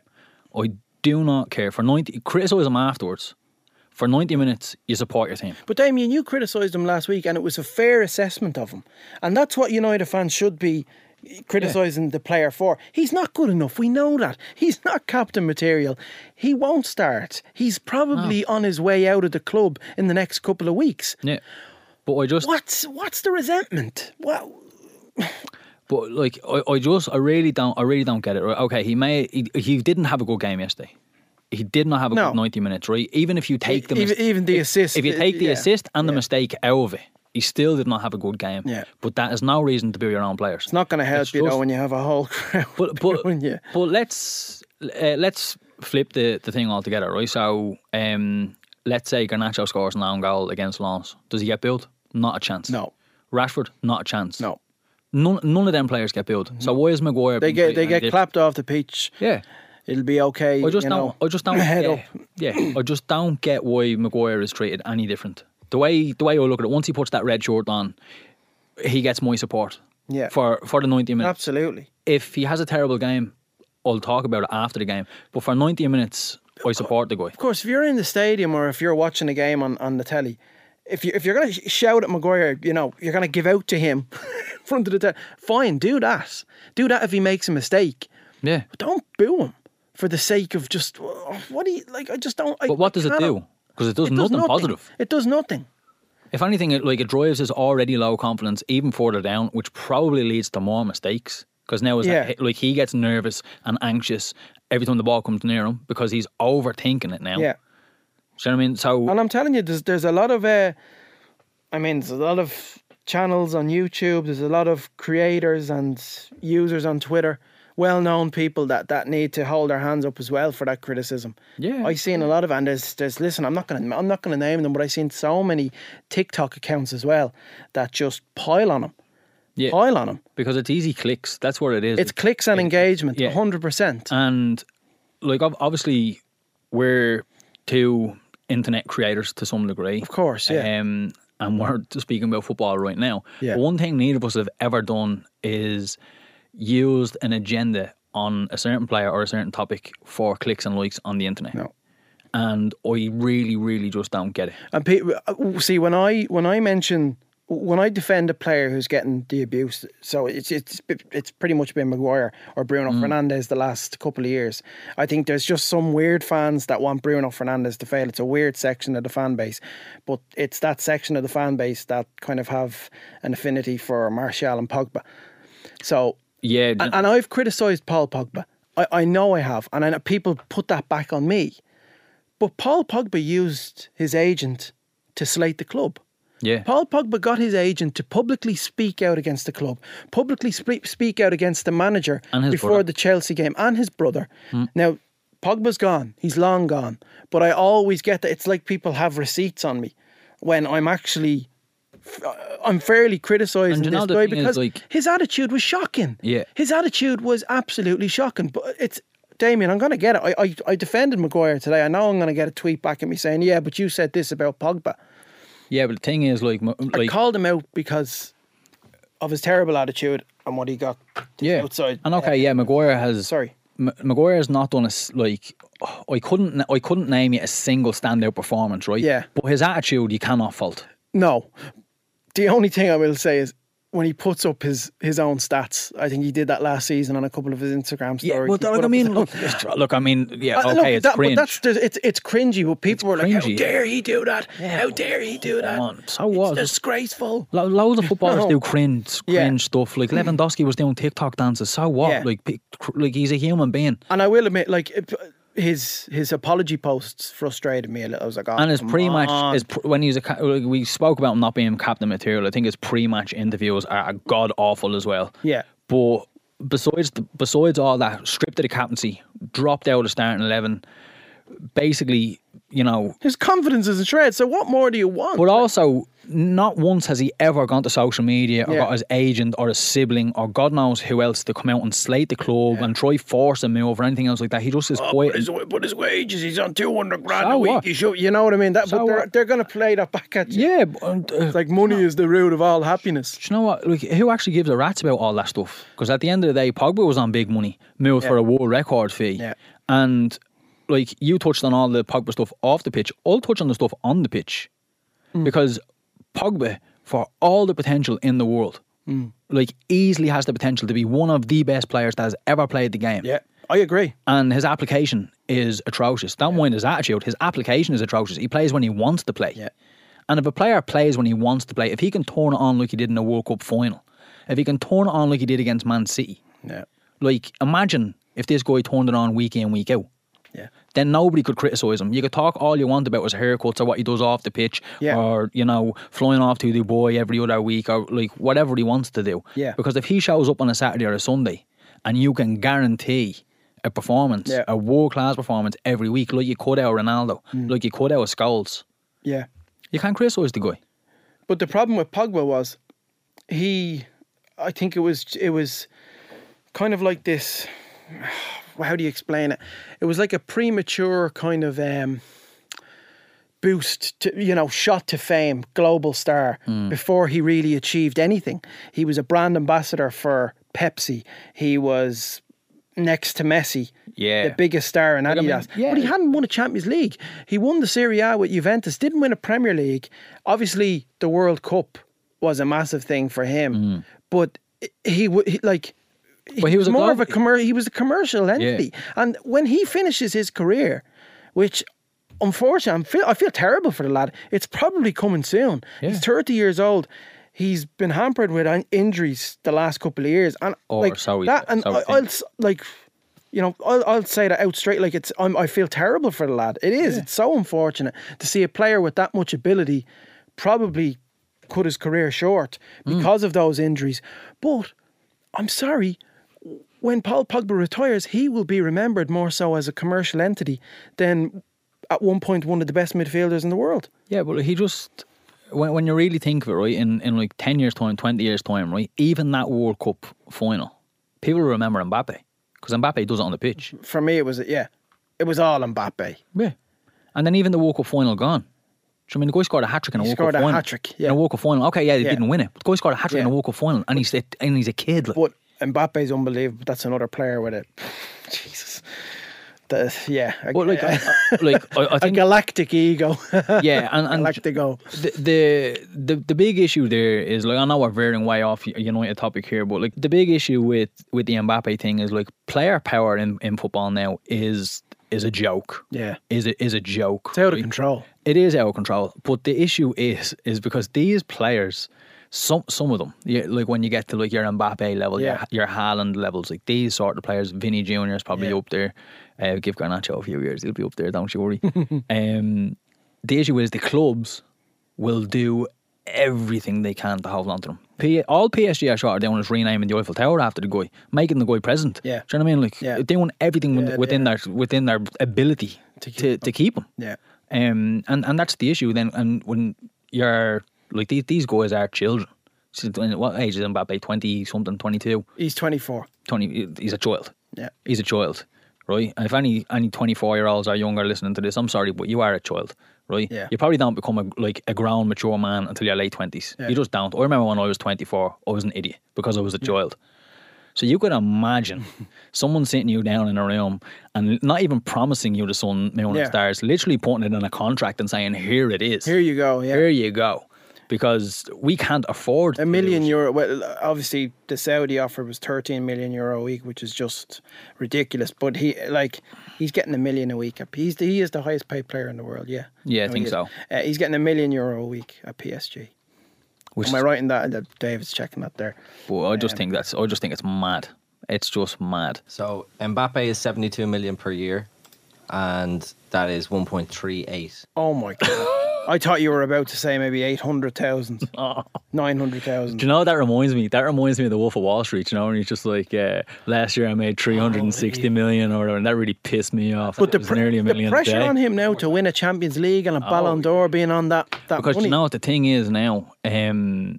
Speaker 3: I do not care for ninety. Criticize them afterwards. For ninety minutes, you support your team.
Speaker 2: but Damien, you criticised him last week, and it was a fair assessment of him, and that's what United fans should be criticising the player for. He's not good enough. We know that he's not captain material. He won't start. He's probably on his way out of the club in the next couple of weeks.
Speaker 3: Yeah. But I just
Speaker 2: What's what's the resentment? What?
Speaker 3: But like, I, I just, I really don't, I really don't get it. Right? Okay, he may, he, he didn't have a good game yesterday. He did not have a
Speaker 2: No. E,
Speaker 3: good ninety minutes, right? Even if you take the mis-
Speaker 2: Even- even the
Speaker 3: if-
Speaker 2: assist,
Speaker 3: if you
Speaker 2: uh,
Speaker 3: take the
Speaker 2: yeah.
Speaker 3: assist and the mistake out of it, he still did not have a good game.
Speaker 2: Yeah.
Speaker 3: But that is no reason to boo your own players.
Speaker 2: It's not going to help
Speaker 3: It's
Speaker 2: you
Speaker 3: just-
Speaker 2: though when you have a whole crowd.
Speaker 3: But but
Speaker 2: booing you.
Speaker 3: but let's uh, let's flip the the thing altogether, right? So um, let's say Garnacho scores an own goal against Lens. Does he get billed? Not a chance.
Speaker 2: No.
Speaker 3: Rashford, not a chance.
Speaker 2: No.
Speaker 3: None, none of them players get billed. So why is Maguire?
Speaker 2: They
Speaker 3: being
Speaker 2: get
Speaker 3: treated
Speaker 2: they
Speaker 3: any
Speaker 2: get
Speaker 3: different?
Speaker 2: clapped off the pitch.
Speaker 3: Yeah.
Speaker 2: It'll be okay.
Speaker 3: I just
Speaker 2: you
Speaker 3: don't.
Speaker 2: know.
Speaker 3: I just don't.
Speaker 2: Head
Speaker 3: get,
Speaker 2: up.
Speaker 3: Yeah. I just don't get why Maguire is treated any different. The way the way I look at it, once he puts that red shirt on, he gets my support.
Speaker 2: Yeah.
Speaker 3: For for the ninety minutes.
Speaker 2: Absolutely.
Speaker 3: If he has a terrible game, I'll talk about it after the game. But for ninety minutes, I support the guy.
Speaker 2: Of course, if you're in the stadium or if you're watching a game on, on the telly, if you if you're gonna sh- shout at Maguire, you know you're gonna give out to him in front of the telly. Fine, do that. Do that if he makes a mistake.
Speaker 3: Yeah.
Speaker 2: But don't boo him for the sake of just oh, what do you like? I just don't. I,
Speaker 3: But what does
Speaker 2: I
Speaker 3: it
Speaker 2: cannot-
Speaker 3: do? Because it does,
Speaker 2: It does
Speaker 3: nothing,
Speaker 2: nothing.
Speaker 3: positive.
Speaker 2: It does nothing.
Speaker 3: If anything, it, like it drives his already low confidence even further down, which probably leads to more mistakes. Because now, it's
Speaker 2: Yeah.
Speaker 3: like, like he gets nervous and anxious every time the ball comes near him because he's overthinking it now.
Speaker 2: Yeah.
Speaker 3: Do you know what I mean? So
Speaker 2: And I'm telling you, there's there's a lot of, uh, I mean, there's a lot of channels on YouTube. There's a lot of creators and users on Twitter, well-known people that that need to hold their hands up as well for that criticism.
Speaker 3: Yeah.
Speaker 2: I seen a lot of, and there's there's listen, I'm not gonna I'm not gonna name them, but I seen so many TikTok accounts as well that just pile on them,
Speaker 3: yeah,
Speaker 2: pile on them.
Speaker 3: because it's easy clicks. That's what it is.
Speaker 2: It's clicks and engagement,
Speaker 3: yeah.
Speaker 2: hundred percent.
Speaker 3: and like ob- obviously we're two internet creators to some degree.
Speaker 2: Of course, yeah.
Speaker 3: Um, and we're speaking about football right now.
Speaker 2: Yeah.
Speaker 3: But one thing neither of us have ever done is used an agenda on a certain player or a certain topic for clicks and likes on the internet.
Speaker 2: No.
Speaker 3: And I really, really just don't get it.
Speaker 2: And people see when I when I mention when I defend a player who's getting the abuse, so it's it's it's pretty much been Maguire or Bruno Fernandez the last couple of years. I think there's just some weird fans that want Bruno Fernandez to fail. It's a weird section of the fan base, but it's that section of the fan base that kind of have an affinity for Martial and Pogba. So
Speaker 3: Yeah,
Speaker 2: and, and I've criticised Paul Pogba. I, I know I have, and I know people put that back on me. But Paul Pogba used his agent to slate the club.
Speaker 3: yeah.
Speaker 2: Paul Pogba got his agent to publicly speak out against the club, publicly spe- speak out against the manager
Speaker 3: And his
Speaker 2: before
Speaker 3: brother. Hmm.
Speaker 2: the Chelsea game and his brother. Now, Pogba's gone. He's long gone. But I always get that it's like people have receipts on me when I'm actually. uh, I'm fairly criticising
Speaker 3: And you know
Speaker 2: this
Speaker 3: the
Speaker 2: guy
Speaker 3: thing is,
Speaker 2: because
Speaker 3: like-
Speaker 2: his attitude was shocking.
Speaker 3: Yeah.
Speaker 2: His attitude was absolutely shocking. But it's Damien, I'm gonna get it. I, I, I defended Maguire today. I know I'm gonna get a tweet back at me saying, Yeah, but you said this about Pogba.
Speaker 3: Yeah, but the thing is, like, mo-
Speaker 2: I
Speaker 3: like
Speaker 2: called him out because of his terrible attitude and what he got
Speaker 3: yeah.
Speaker 2: outside.
Speaker 3: And okay, yeah, Maguire has.
Speaker 2: Oh, Sorry.
Speaker 3: M- Maguire has not done a s- like. I couldn't. I couldn't name yet a single standout performance, right?
Speaker 2: Yeah.
Speaker 3: But his attitude, you cannot fault.
Speaker 2: No. The only thing I will say is when he puts up his, his own stats, I think he did that last season on a couple of his Instagram stories.
Speaker 3: Yeah, well,
Speaker 2: He put
Speaker 3: look, I
Speaker 2: up
Speaker 3: mean,
Speaker 2: his-
Speaker 3: look, look, I mean, yeah,
Speaker 2: Uh,
Speaker 3: okay,
Speaker 2: look,
Speaker 3: it's
Speaker 2: that,
Speaker 3: cringe.
Speaker 2: But that's there's- it's it's cringy. But people were like, "How
Speaker 3: cringy.
Speaker 2: dare he do that? How dare he do that?
Speaker 3: Come on, so
Speaker 2: it's
Speaker 3: what?
Speaker 2: disgraceful."
Speaker 3: Lo- loads of footballers
Speaker 2: No.
Speaker 3: do cringe,
Speaker 2: Yeah.
Speaker 3: cringe stuff. Like Lewandowski was doing TikTok dances. So what?
Speaker 2: Yeah.
Speaker 3: Like, pe- cr- like he's a human being,
Speaker 2: And I will admit, like it- his his apology posts frustrated me a little. I was like, oh,
Speaker 3: and it's
Speaker 2: come
Speaker 3: pretty
Speaker 2: on."
Speaker 3: much is pr- when he's a ca- like, we spoke about him not being captain material. I think his pre-match interviews are god awful as well.
Speaker 2: yeah,
Speaker 3: But besides the, besides all that, stripped of the captaincy, dropped out of starting eleven, basically, you know.
Speaker 2: his confidence is in shreds. So what more do you want?
Speaker 3: But also, not once has he ever gone to social media or
Speaker 2: Yeah.
Speaker 3: got his agent or his sibling or God knows who else to come out and slate the club and try force a move or anything else like that. He just is quiet.
Speaker 2: Oh, But his, but his wages, he's on 200 grand
Speaker 3: So
Speaker 2: a week.
Speaker 3: what?
Speaker 2: You, should, you know what I mean? That,
Speaker 3: So
Speaker 2: but they're,
Speaker 3: what?
Speaker 2: they're going to play that back at you.
Speaker 3: yeah, but, um, uh,
Speaker 2: It's like money is the root of all happiness.
Speaker 3: do you know what? Like, who actually gives a rat's about all that stuff? Because at the end of the day, Pogba was on big money, moved for a world record fee,
Speaker 2: Yeah.
Speaker 3: and like you touched on all the Pogba stuff off the pitch, I'll touch on the stuff on the pitch,
Speaker 2: Hmm.
Speaker 3: because Pogba, for all the potential in the world,
Speaker 2: Hmm.
Speaker 3: like easily has the potential to be one of the best players that has ever played the game
Speaker 2: Yeah, I agree.
Speaker 3: and his application is atrocious. Don't mind his attitude; his application is atrocious. He plays when he wants to play,
Speaker 2: Yeah.
Speaker 3: and if a player plays when he wants to play, if he can turn it on like he did in the World Cup final, if he can turn it on like he did against Man City,
Speaker 2: Yeah,
Speaker 3: like imagine if this guy turned it on week in week out.
Speaker 2: yeah.
Speaker 3: Then nobody could criticise him. You could talk all you want about his haircuts or what he does off the pitch,
Speaker 2: Yeah.
Speaker 3: or you know, flying off to Dubai every other week, or like whatever he wants to do.
Speaker 2: Yeah.
Speaker 3: Because if he shows up on a Saturday or a Sunday, and you can guarantee a performance,
Speaker 2: Yeah.
Speaker 3: a world class performance every week, like you could out of Ronaldo,
Speaker 2: Mm.
Speaker 3: like you could out of Scholes,
Speaker 2: Yeah.
Speaker 3: you can't criticise the guy.
Speaker 2: But the problem with Pogba was he I think it was it was kind of like this how do you explain it? It was like a premature kind of um boost to you know shot to fame global star before he really achieved anything he was a brand ambassador for pepsi he was next to messi
Speaker 3: Yeah.
Speaker 2: the biggest star in
Speaker 3: mean,
Speaker 2: adidas
Speaker 3: yeah.
Speaker 2: but he hadn't won a champions league he won the serie a with juventus didn't win a premier league obviously the world cup was a massive thing for him but he would like
Speaker 3: But Mm-hmm. he was a
Speaker 2: more of
Speaker 3: glo-
Speaker 2: a commer- he was a commercial entity and when he finishes his career which unfortunately I'm feel, I feel terrible for the lad it's probably coming soon he's 30 years old he's been hampered with an- injuries the last couple of years and
Speaker 3: Or
Speaker 2: like
Speaker 3: so we-
Speaker 2: that and
Speaker 3: so we
Speaker 2: I,
Speaker 3: think.
Speaker 2: I'll s- like you know I'll, I'll say that out straight like it's I'm, I feel terrible for the lad it is it's so unfortunate to see a player with that much ability probably cut his career short
Speaker 3: Hmm.
Speaker 2: because of those injuries but I'm sorry when Paul Pogba retires, he will be remembered more so as a commercial entity than at one point one of the best midfielders in the world.
Speaker 3: Yeah, but he just when when you really think of it, right, in, in like ten years time, twenty years time, right, even that World Cup final, people will remember Mbappe because Mbappe does it on the pitch.
Speaker 2: For me, it was yeah, it was all Mbappe.
Speaker 3: Yeah, And then even the World Cup final gone. Do you know what I mean, the guy scored a hat trick in a
Speaker 2: He
Speaker 3: World
Speaker 2: scored
Speaker 3: Cup
Speaker 2: a
Speaker 3: final.
Speaker 2: hat-trick, yeah.
Speaker 3: In a World Cup final. Okay, yeah, he
Speaker 2: Yeah.
Speaker 3: didn't win it. But the guy scored a hat trick in
Speaker 2: Yeah.
Speaker 3: a World Cup final, and he's and he's a kid. Like,
Speaker 2: But Mbappe's unbelievable. That's another player with it. Jesus. The, yeah. A,
Speaker 3: But like,
Speaker 2: a,
Speaker 3: I, I- like I, I
Speaker 2: a
Speaker 3: think,
Speaker 2: galactic ego.
Speaker 3: yeah, and, and
Speaker 2: Galactico.
Speaker 3: the, the the the big issue there is like I know we're veering way off United topic here, but like the big issue with with the Mbappe thing is like player power in, in football now is is a joke.
Speaker 2: Yeah.
Speaker 3: Is it is a joke?
Speaker 2: It's out of
Speaker 3: right?
Speaker 2: control.
Speaker 3: It is out of control. But the issue is is because these players, some some of them, yeah, like when you get to like your Mbappe level,
Speaker 2: Yeah.
Speaker 3: your your Haaland levels, like these sort of players, Vinny Junior is probably
Speaker 2: Yeah.
Speaker 3: up there. Uh, give Garnacho a few years, he'll be up there. Don't you worry. um, the issue is the clubs will do everything they can to hold on to them. P- all PSG are short are doing is renaming the Eiffel Tower after the guy, making the guy present.
Speaker 2: Yeah.
Speaker 3: do you know what I mean? Like
Speaker 2: Yeah.
Speaker 3: doing everything
Speaker 2: Yeah,
Speaker 3: within their within their ability to
Speaker 2: keep
Speaker 3: to, keep him.
Speaker 2: Yeah.
Speaker 3: Um, and, and that's the issue then. And when you're like, these, these guys are children. So, when- What age is Mbappe? 20 something, 22,
Speaker 2: He's 24.
Speaker 3: 20. He's a child.
Speaker 2: Yeah.
Speaker 3: He's a child, right? And if any any 24 year olds are younger listening to this, I'm sorry, but you are a child, right?
Speaker 2: Yeah.
Speaker 3: You probably don't become a, like a grown, mature man until your late 20s.
Speaker 2: Yeah.
Speaker 3: You just don't. I remember when I was 24, I was an idiot because I was a child. So you could imagine someone sitting you down in a room and not even promising you the sun, moon,
Speaker 2: Yeah.
Speaker 3: and stars, literally putting it in a contract and saying, "Here it is.
Speaker 2: Here you go. Yeah.
Speaker 3: Here you go," because we can't afford
Speaker 2: a million euro. Well, obviously the Saudi offer was thirteen million euro a week, which is just ridiculous. But he like he's getting a million a week. At, he's the, he is the highest paid player in the world. Yeah.
Speaker 3: Yeah, I
Speaker 2: No,
Speaker 3: think
Speaker 2: he is.
Speaker 3: so.
Speaker 2: Uh, he's getting a million euro a week at PSG.
Speaker 3: Which
Speaker 2: Am I
Speaker 3: is-
Speaker 2: right in that? that David's checking that there.
Speaker 3: But I just think that's. I just think it's mad. It's just mad.
Speaker 1: So Mbappe is 72 million per year, and that is 1.38.
Speaker 2: Oh my god! I thought you were about to say maybe eight hundred thousand,
Speaker 3: Oh.
Speaker 2: nine hundred
Speaker 3: Do you
Speaker 2: thousand.
Speaker 3: know what that reminds me? That reminds me of the Wolf of Wall Street. You know, and he's just like, uh, last year I made three hundred and sixty million or whatever, and that really pissed me off.
Speaker 2: Oh, But the,
Speaker 3: It was
Speaker 2: pre-
Speaker 3: nearly a
Speaker 2: the
Speaker 3: million a
Speaker 2: pressure
Speaker 3: day. Oh,
Speaker 2: on him now to win a Champions League and a Ballon d'Or being on that that
Speaker 3: Because
Speaker 2: money.
Speaker 3: you know what the thing is now, um,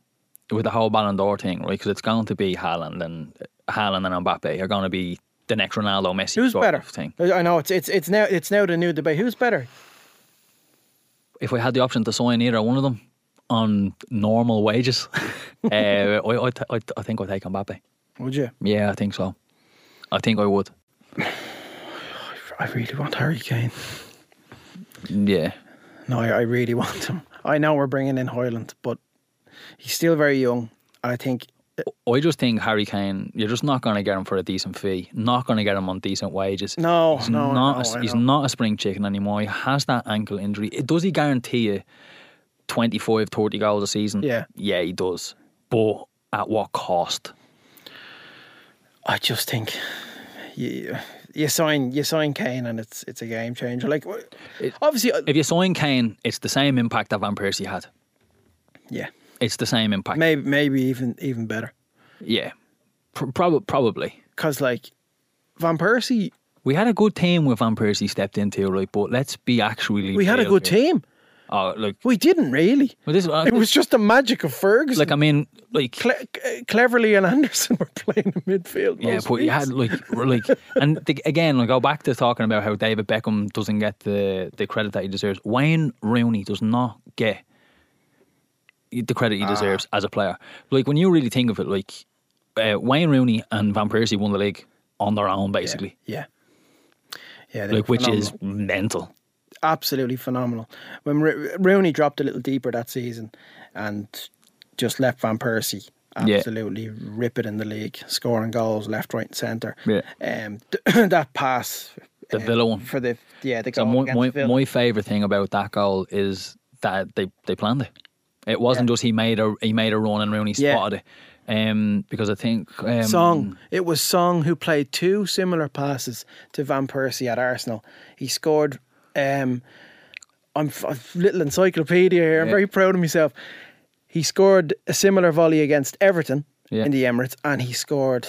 Speaker 3: with the whole Ballon d'Or thing, right? Because it's going to be Haaland and uh, Haaland and Mbappe are going to be the next Ronaldo, Messi.
Speaker 2: Who's
Speaker 3: sort
Speaker 2: better?
Speaker 3: Of thing.
Speaker 2: I know it's it's it's now it's now the new debate. Who's better?
Speaker 3: If we had the option to sign either one of them on normal wages, uh, I, I, t- I, I think I'd take Mbappe.
Speaker 2: Would you?
Speaker 3: Yeah, I think so. I think I would.
Speaker 2: I really want Harry Kane.
Speaker 3: Yeah.
Speaker 2: No, I, I really want him. I know we're bringing in Hoyland, but he's still very young. I think
Speaker 3: I just think Harry Kane, you're just not going to get him for a decent fee. Not going to get him on decent wages.
Speaker 2: no,
Speaker 3: he's
Speaker 2: no,
Speaker 3: not.
Speaker 2: no,
Speaker 3: a,
Speaker 2: I
Speaker 3: he's
Speaker 2: know.
Speaker 3: not a spring chicken anymore. He has that ankle injury. It- Does he guarantee you 25, 30 goals a season?
Speaker 2: Yeah.
Speaker 3: yeah, he does. But at what cost?
Speaker 2: I just think you, you sign you sign Kane, and it's it's a game changer. Like wh- obviously, uh,
Speaker 3: If you sign Kane, it's the same impact that Van Persie had.
Speaker 2: yeah,
Speaker 3: It's the same impact.
Speaker 2: maybe maybe even even better
Speaker 3: Yeah, Pr- prob- probably.
Speaker 2: because like Van Persie,
Speaker 3: We had a good team with Van Persie stepped into, right? But let's be actually.
Speaker 2: we had a
Speaker 3: real
Speaker 2: good
Speaker 3: here.
Speaker 2: team.
Speaker 3: Oh, like
Speaker 2: We didn't really.
Speaker 3: well, this.
Speaker 2: It was just the magic of Ferguson.
Speaker 3: like I mean, like
Speaker 2: Cle- c- cleverly and Anderson were playing in midfield.
Speaker 3: Yeah,
Speaker 2: most
Speaker 3: but you
Speaker 2: weeks.
Speaker 3: had like r- like, and the, again, like go back to talking about how David Beckham doesn't get the the credit that he deserves. Wayne Rooney does not get the credit
Speaker 2: Ah.
Speaker 3: he deserves as a player. Like when you really think of it, like uh, Wayne Rooney and Van Persie won the league on their own, basically.
Speaker 2: Yeah. Yeah, they
Speaker 3: Like
Speaker 2: were
Speaker 3: which
Speaker 2: phenomenal.
Speaker 3: is mental.
Speaker 2: absolutely phenomenal. When Ro- Rooney dropped a little deeper that season and just left Van Persie
Speaker 3: Yeah.
Speaker 2: absolutely rip it in the league, scoring goals left, right, and centre.
Speaker 3: Yeah.
Speaker 2: Um, that pass.
Speaker 3: The
Speaker 2: uh,
Speaker 3: Villa one.
Speaker 2: for the yeah the
Speaker 3: So
Speaker 2: goal
Speaker 3: my,
Speaker 2: against
Speaker 3: my,
Speaker 2: Villa.
Speaker 3: my favorite thing about that goal is that they, they planned it. It wasn't just he made a he made a run and Rooney
Speaker 2: Yeah.
Speaker 3: spotted it. Um, because I think um,
Speaker 2: Song. It was Song who played two similar passes to Van Persie at Arsenal. He scored. Um, I'm f- a little encyclopedia here. I'm
Speaker 3: Yeah.
Speaker 2: very proud of myself. He scored a similar volley against Everton
Speaker 3: Yeah.
Speaker 2: in the Emirates, and he scored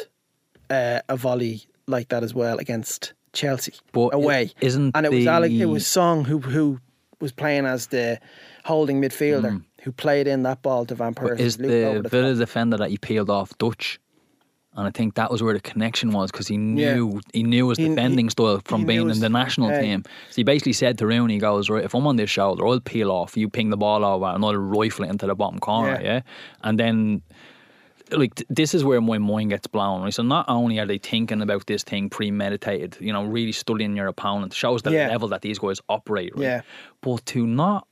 Speaker 2: uh, a volley like that as well against Chelsea
Speaker 3: But
Speaker 2: away.
Speaker 3: i- isn't
Speaker 2: and it was Alec,
Speaker 3: the-
Speaker 2: it was Song who who was playing as the holding midfielder who played in that ball to Van Persie.
Speaker 3: Mm. is
Speaker 2: looped over
Speaker 3: the
Speaker 2: the top.
Speaker 3: Villa defender that he peeled off Dutch And I think that was where the connection was because he knew he knew his
Speaker 2: He-
Speaker 3: defending
Speaker 2: he-
Speaker 3: style from
Speaker 2: he
Speaker 3: being
Speaker 2: knew
Speaker 3: in
Speaker 2: his-
Speaker 3: the national
Speaker 2: hey.
Speaker 3: team. So he basically said to Rooney, he goes, Right, if I'm on this shoulder, I'll peel off, you ping the ball over, and I'll rifle it into the bottom corner, yeah?
Speaker 2: Yeah.
Speaker 3: And then like th- this is where my mind gets blown. Right? So not only are they thinking about this thing premeditated, you know, really studying your opponent, shows the
Speaker 2: Yeah.
Speaker 3: level that these guys operate, right?
Speaker 2: Yeah.
Speaker 3: But to not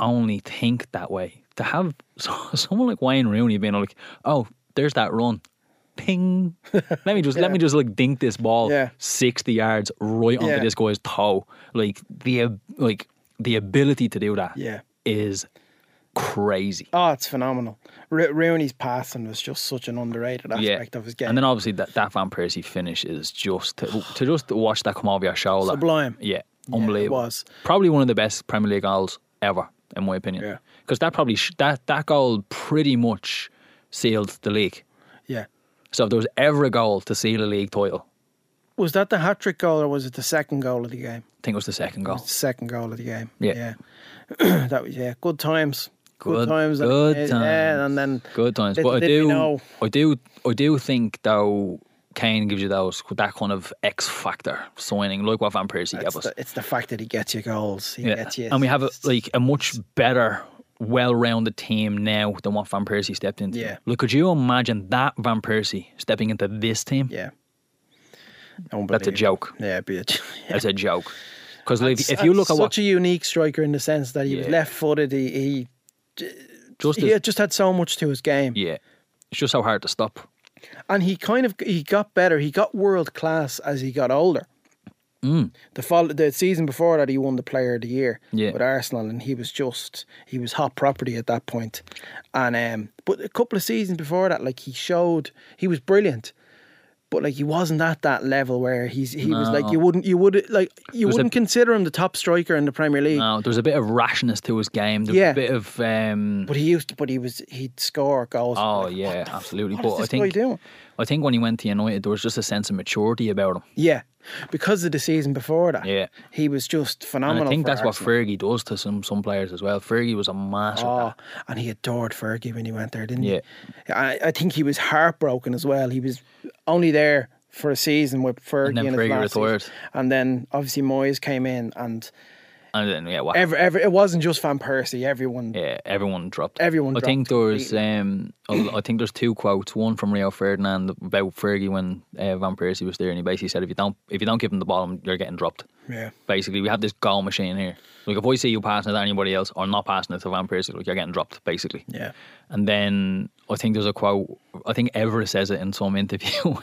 Speaker 3: only think that way, to have so, someone like Wayne Rooney being like, "Oh, there's that run, ping. Let me just let me just like dink this ball
Speaker 2: Yeah.
Speaker 3: sixty yards right onto
Speaker 2: Yeah.
Speaker 3: this guy's toe." Like the ab- like the ability to do that is
Speaker 2: Yeah.
Speaker 3: crazy.
Speaker 2: Oh, it's phenomenal. Ro- Rooney's passing was just such an underrated aspect of his game.
Speaker 3: And then obviously that, that Van Persie finish is just to, to just watch that come over your shoulder.
Speaker 2: Sublime.
Speaker 3: Yeah,
Speaker 2: it
Speaker 3: unbelievable.
Speaker 2: was.
Speaker 3: probably one of the best Premier League goals ever, in my opinion.
Speaker 2: Yeah.
Speaker 3: because that probably sh- that that goal pretty much sealed the league.
Speaker 2: yeah.
Speaker 3: So if there was ever a goal to seal a league title,
Speaker 2: Was that the hat trick goal or was it the second goal of the game?
Speaker 3: I think it was the second goal.
Speaker 2: Second goal of the game.
Speaker 3: Yeah.
Speaker 2: Yeah. that was yeah. Good times.
Speaker 3: Good-
Speaker 2: times.
Speaker 3: good
Speaker 2: yeah,
Speaker 3: times.
Speaker 2: and then
Speaker 3: Good times,
Speaker 2: Little
Speaker 3: but I
Speaker 2: did we
Speaker 3: do,
Speaker 2: know.
Speaker 3: I do, I do think though. Kane gives you those that kind of X factor signing, like what Van Persie gave
Speaker 2: it's
Speaker 3: us.
Speaker 2: the, it's the fact that he gets you goals. He gets you.
Speaker 3: And we have a, like a much better, well-rounded team now than what Van Persie stepped into.
Speaker 2: Yeah.
Speaker 3: Look, could you imagine that Van Persie stepping into this team?
Speaker 2: yeah.
Speaker 3: That's a
Speaker 2: Unbelievable.
Speaker 3: joke.
Speaker 2: Yeah, it'd be a j-
Speaker 3: That's a joke. Because if, if you look at
Speaker 2: such
Speaker 3: what
Speaker 2: a unique striker in the sense that he was
Speaker 3: Yeah.
Speaker 2: left-footed. He he,
Speaker 3: just
Speaker 2: he
Speaker 3: yeah.
Speaker 2: had just had so much to his game,
Speaker 3: yeah, it's just so hard to stop.
Speaker 2: and he kind of he got better. He got world class as he got older. The follow, the season before that, he won the Player of the Year
Speaker 3: Mm. Yeah.
Speaker 2: with Arsenal, and he was just he was hot property at that point. And um, but a couple of seasons before that, like he showed he was brilliant. But like he wasn't at that level where he's he was like you wouldn't you would like you
Speaker 3: was a-
Speaker 2: wouldn't consider him the top striker in the Premier League.
Speaker 3: Now Uh, there's a bit of rashness to his game. There's
Speaker 2: Yeah.
Speaker 3: a bit of um,
Speaker 2: But he used, to, but he was, he'd score goals.
Speaker 3: oh
Speaker 2: Like,
Speaker 3: yeah, absolutely.
Speaker 2: what
Speaker 3: but
Speaker 2: is
Speaker 3: I
Speaker 2: this
Speaker 3: think
Speaker 2: guy doing?
Speaker 3: I think when he went to United, there was just a sense of maturity about him.
Speaker 2: yeah, because of the season before that.
Speaker 3: Yeah.
Speaker 2: he was just
Speaker 3: And
Speaker 2: phenomenal.
Speaker 3: I think
Speaker 2: for
Speaker 3: that's what
Speaker 2: Arsenal.
Speaker 3: Fergie does to some some players as well. Fergie was a master. at
Speaker 2: Oh, and he adored Fergie when he went there, didn't
Speaker 3: Yeah.
Speaker 2: he? I, I think he was heartbroken as well. He was only there for a season with Fergie,
Speaker 3: then
Speaker 2: in
Speaker 3: Fergie
Speaker 2: his last
Speaker 3: retired.
Speaker 2: season. and then obviously Moyes came in, and
Speaker 3: that. And then yeah, what
Speaker 2: every, every it wasn't just Van Persie. Everyone,
Speaker 3: Yeah, everyone dropped.
Speaker 2: Everyone
Speaker 3: I think
Speaker 2: dropped
Speaker 3: there's um, I I think there's two quotes. One from Rio Ferdinand about Fergie when uh, Van Persie was there, and he basically said, "If you don't, if you don't give him the ball, you're getting dropped."
Speaker 2: yeah,
Speaker 3: Basically, we have this goal machine here. Like if I see you passing it to anybody else or not passing it to Van Persie, like you're getting dropped, basically.
Speaker 2: yeah.
Speaker 3: And then I think there's a quote. I think Everett says it in some interview.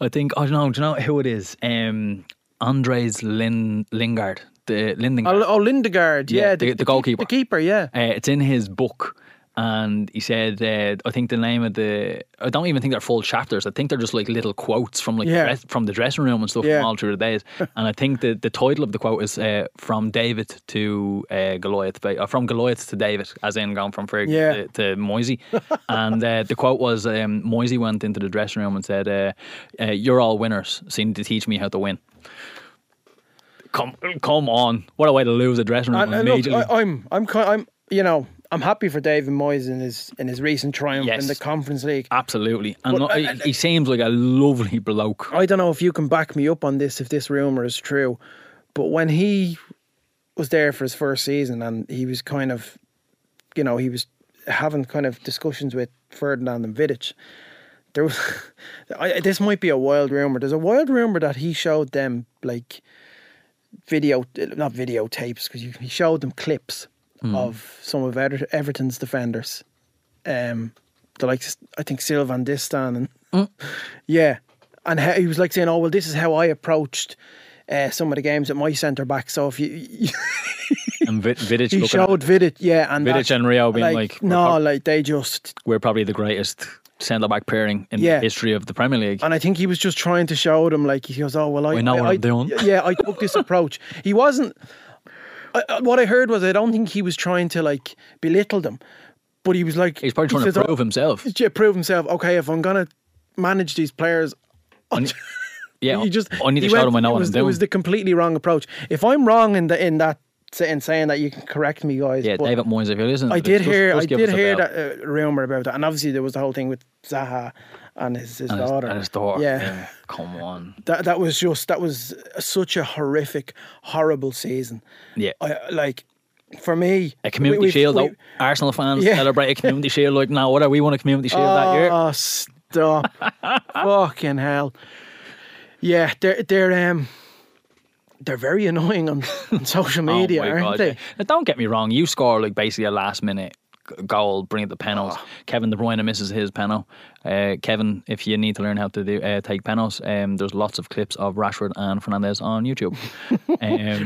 Speaker 3: I think I don't know. Do you know who it is? Um, Andres Lin- Lingard, the Lindengard.
Speaker 2: Oh, oh Lindegaard, yeah,
Speaker 3: Yeah, the- the goalkeeper.
Speaker 2: the keeper, yeah,
Speaker 3: Uh, it's in his book, and he said, uh, I think the name of the. I don't even think they're full chapters. I think they're just like little quotes from like
Speaker 2: Yeah.
Speaker 3: dress, from the dressing room and stuff
Speaker 2: Yeah.
Speaker 3: from all through the days. and I think the, the title of the quote is uh, from David to uh, Goliath, ba- or from Goliath to David, as in gone from Fergie
Speaker 2: Yeah.
Speaker 3: to, to Moisey. and uh, the quote was um, Moisey went into the dressing room and said, uh, uh, "You're all winners. So you need to teach me how to win." Come, come on! What a way to lose a dressing room
Speaker 2: And, and look,
Speaker 3: immediately.
Speaker 2: I, I'm, I'm, ki- I'm, you know, I'm happy for David Moyes in his in his recent triumph
Speaker 3: Yes.
Speaker 2: in the Conference League.
Speaker 3: Absolutely, and
Speaker 2: But,
Speaker 3: I-
Speaker 2: uh,
Speaker 3: he seems like a lovely bloke.
Speaker 2: I don't know if you can back me up on this if this rumor is true, but when he was there for his first season and he was kind of, you know, he was having kind of discussions with Ferdinand and Vidic. There was, I, this might be a wild rumor. There's a wild rumor that he showed them like video, not videotapes, because he showed them clips of some of Ever- Everton's defenders, um, the likes, I think Sylvan Distan and yeah, and he he was like saying, "Oh well, this is how I approached uh, some of the games at my centre back." So if you, you
Speaker 3: And Vid- Vidic,
Speaker 2: he
Speaker 3: looking
Speaker 2: showed Vidic, yeah, and
Speaker 3: Vidic
Speaker 2: that-
Speaker 3: and Rio being like, we're
Speaker 2: no,
Speaker 3: prob-
Speaker 2: like they just,
Speaker 3: at, we're probably the greatest centre back pairing in
Speaker 2: Yeah.
Speaker 3: the history of the Premier League.
Speaker 2: and I think he was just trying to show them, like he goes, "Oh well, I
Speaker 3: We know
Speaker 2: I,
Speaker 3: what
Speaker 2: I-
Speaker 3: I'm doing."
Speaker 2: Yeah, I took this approach. He wasn't. I, I- what I heard was, I don't think he was trying to like belittle them, but he was like,
Speaker 3: He's probably
Speaker 2: he
Speaker 3: trying
Speaker 2: says,
Speaker 3: to
Speaker 2: "Oh,
Speaker 3: prove himself.
Speaker 2: yeah, prove himself. Okay, if I'm gonna manage these players,
Speaker 3: Yeah,
Speaker 2: you just
Speaker 3: I need
Speaker 2: he
Speaker 3: to show
Speaker 2: went-
Speaker 3: them I know
Speaker 2: it
Speaker 3: what
Speaker 2: was,
Speaker 3: I'm doing.
Speaker 2: It was the completely wrong approach. If I'm wrong in the in that in saying that, you can correct me, guys.
Speaker 3: yeah,
Speaker 2: but
Speaker 3: David Moyes, if you're listening,
Speaker 2: I
Speaker 3: to
Speaker 2: did
Speaker 3: this, just-
Speaker 2: hear
Speaker 3: just
Speaker 2: I
Speaker 3: give
Speaker 2: did
Speaker 3: us a
Speaker 2: hear
Speaker 3: bell.
Speaker 2: that uh, rumor about that, and obviously there was the whole thing with Zaha and his, his
Speaker 3: And his,
Speaker 2: daughter.
Speaker 3: and his daughter.
Speaker 2: Yeah.
Speaker 3: Come on.
Speaker 2: That that was just that was such a horrific, horrible season.
Speaker 3: Yeah.
Speaker 2: I like for me
Speaker 3: A community
Speaker 2: we- we've-
Speaker 3: shield.
Speaker 2: we-
Speaker 3: though. Arsenal fans
Speaker 2: Yeah.
Speaker 3: celebrate a community shield. Like, now what are we want a community shield that year?
Speaker 2: Oh, stop! Fucking hell! Yeah, they're they're um they're very annoying on, on social media, aren't they?
Speaker 3: Oh yeah. Now, don't get me wrong. You score like basically a last minute g- goal, bring it the penalties.
Speaker 2: Ah.
Speaker 3: Kevin De Bruyne misses his penalty. Uh, Kevin, if you need to learn how to do uh, take penalties, um, there's lots of clips of Rashford and Fernandez on YouTube. Um,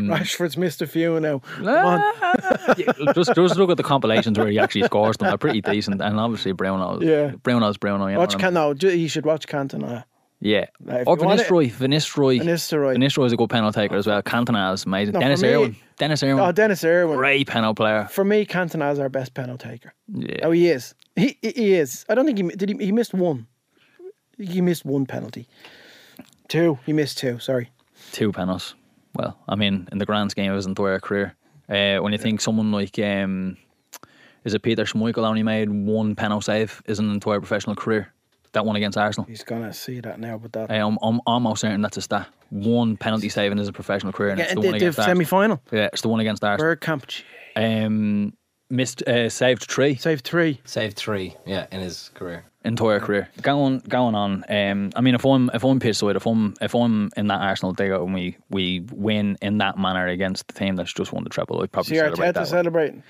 Speaker 2: Rashford's missed a few now.
Speaker 3: Ah. Yeah, just, just look at the compilations where he actually scores them. They're pretty decent, and obviously Bruno.
Speaker 2: Yeah.
Speaker 3: Bruno's Bruno. You know
Speaker 2: Watch
Speaker 3: what I mean?
Speaker 2: Can no, you should watch Cantona.
Speaker 3: Yeah.
Speaker 2: Now, if
Speaker 3: or
Speaker 2: you want it-
Speaker 3: Vanistroi. Vanistroi.
Speaker 2: Vanistroi.
Speaker 3: Vanistroi is a good penalty taker as well. Cantona is amazing.
Speaker 2: No, for
Speaker 3: Dennis
Speaker 2: me-
Speaker 3: Irwin. Dennis Irwin.
Speaker 2: Oh, Dennis Irwin.
Speaker 3: great penalty player.
Speaker 2: For me, Cantona's our best penalty taker.
Speaker 3: Yeah.
Speaker 2: Oh, he is. He he- he is. I don't think he did. He, he missed one. He missed one penalty. Two. He missed two. Sorry.
Speaker 3: Two penalties. Well, I mean, in the grand scheme of his entire career, uh, when you think someone like, um, is it Peter Schmeichel only made one penalty save his entire professional career? That one against Arsenal.
Speaker 2: He's gonna see that now. But that
Speaker 3: Uh, I'm, I'm almost certain that's a stat. One penalty saving as a professional career, and
Speaker 2: yeah,
Speaker 3: it's the
Speaker 2: and
Speaker 3: one
Speaker 2: the, the
Speaker 3: against Arsenal.
Speaker 2: semi-final.
Speaker 3: Yeah, it's the one against Arsenal.
Speaker 2: Bergkamp
Speaker 3: Um, missed, uh, saved three.
Speaker 2: saved three.
Speaker 1: Saved three, yeah, in his career.
Speaker 3: entire career. Going going on. Um, I mean, if I'm if I'm pissed away, if I'm if I'm in that Arsenal dig out and we we win in that manner against the team that's just won the treble, I'd probably
Speaker 2: See
Speaker 3: celebrate
Speaker 2: Arteta
Speaker 3: that. one.
Speaker 2: celebrating.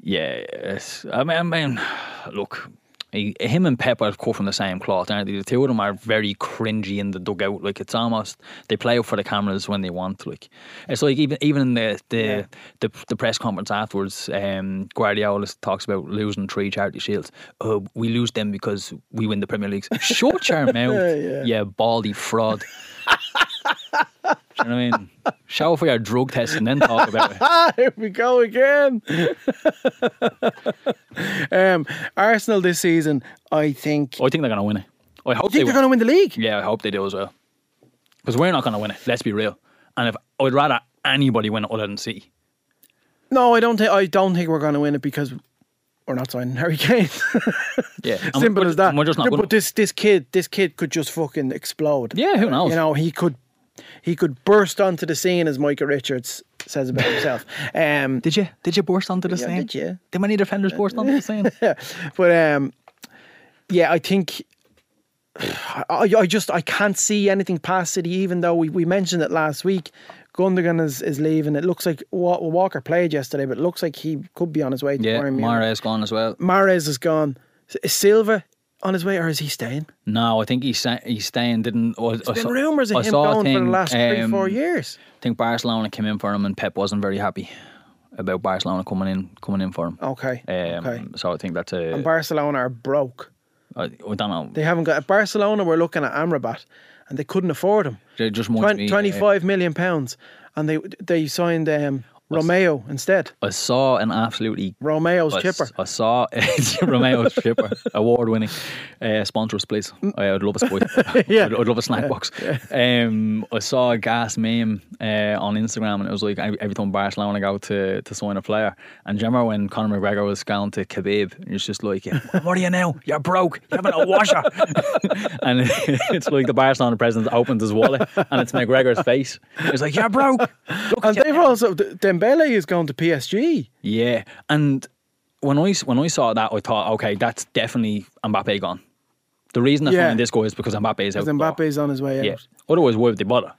Speaker 3: Yeah, it's- I mean, I mean, look. he- Him and Pep are cut from the same cloth, aren't they? The two of them are very cringy in the dugout. Like it's almost they play up for the cameras when they want. Like it's like even even in the the,
Speaker 2: Yeah.
Speaker 3: the, the press conference afterwards, um, Guardiola talks about losing three charity shields. Oh, we lose them because we win the Premier League. Shut your mouth,
Speaker 2: yeah.
Speaker 3: yeah, baldy fraud. Do you know what I mean? Show for your drug test and then talk about it.
Speaker 2: Ah, here we go again. um, Arsenal this season, I think.
Speaker 3: I think they're gonna win it. I hope
Speaker 2: I think
Speaker 3: they
Speaker 2: they're going to win the league.
Speaker 3: Yeah, I hope they do as well. Because we're not going to win it. Let's be real. And if I'd rather anybody win it other than City.
Speaker 2: No, I don't think. I don't think we're going to win it because we're not signing Harry Kane.
Speaker 3: Yeah, And
Speaker 2: Simple
Speaker 3: we're-
Speaker 2: as that.
Speaker 3: and We're just not
Speaker 2: Look,
Speaker 3: good
Speaker 2: but this this kid, this kid could just fucking explode.
Speaker 3: Yeah, who knows?
Speaker 2: You know, he could, he could burst onto the scene as Michael Richards says about himself. Um,
Speaker 3: Did you did you burst onto the scene?
Speaker 2: did you?
Speaker 3: Did many defenders burst onto the scene?
Speaker 2: but um, yeah, I think I, I just I can't see anything past City. Even though we, we mentioned it last week, Gundogan is, is leaving. It looks like Wa- Walker played yesterday, but it looks like he could be on his way. To
Speaker 3: yeah,
Speaker 2: Bayern Munich.
Speaker 3: Mares gone as well.
Speaker 2: Mahrez is gone. Is Silva on his way, or is he staying?
Speaker 3: No, I think he's sa- he's staying. Didn't I, I
Speaker 2: There's
Speaker 3: saw-
Speaker 2: been rumours of
Speaker 3: I
Speaker 2: him
Speaker 3: saw a
Speaker 2: going for
Speaker 3: thing,
Speaker 2: the last three,
Speaker 3: um,
Speaker 2: four years.
Speaker 3: I think Barcelona came in for him, and Pep wasn't very happy about Barcelona coming in coming in for him.
Speaker 2: Okay.
Speaker 3: Um,
Speaker 2: Oh, okay.
Speaker 3: So I think that's a.
Speaker 2: And Barcelona are broke.
Speaker 3: I, I don't know.
Speaker 2: They haven't got at Barcelona. We're looking at Amrabat, and they couldn't afford him.
Speaker 3: They just want
Speaker 2: Twen-
Speaker 3: me, uh,
Speaker 2: Twenty-five million pounds, and they they signed um, Romeo instead.
Speaker 3: I saw an absolutely
Speaker 2: Romeo's
Speaker 3: I,
Speaker 2: chipper.
Speaker 3: I saw Romeo's chipper, award winning. Uh, sponsor us, please. I would love a spoil.
Speaker 2: Mm. Yeah.
Speaker 3: I'd, I'd love a snack box. Um, I saw a gas meme uh, on Instagram, and it was like every every time Barcelona go to, to sign a player. And do you remember when Conor McGregor was going to Khabib, and it's just like, What are you now? You're broke. You're having a washer. and it's like the Barcelona president opens his wallet, and it's McGregor's face. It's like, You're broke. Look
Speaker 2: And
Speaker 3: at
Speaker 2: they've also D- Dembele is going to PSG.
Speaker 3: yeah, and when I when I saw that, I thought, okay, that's definitely Mbappe gone. The reason I
Speaker 2: Yeah.
Speaker 3: find this goal is because Mbappe is out.
Speaker 2: Because
Speaker 3: the door.
Speaker 2: Mbappe's on his way out.
Speaker 3: Oh, yeah.
Speaker 2: Yeah.
Speaker 3: Otherwise, why would they bother?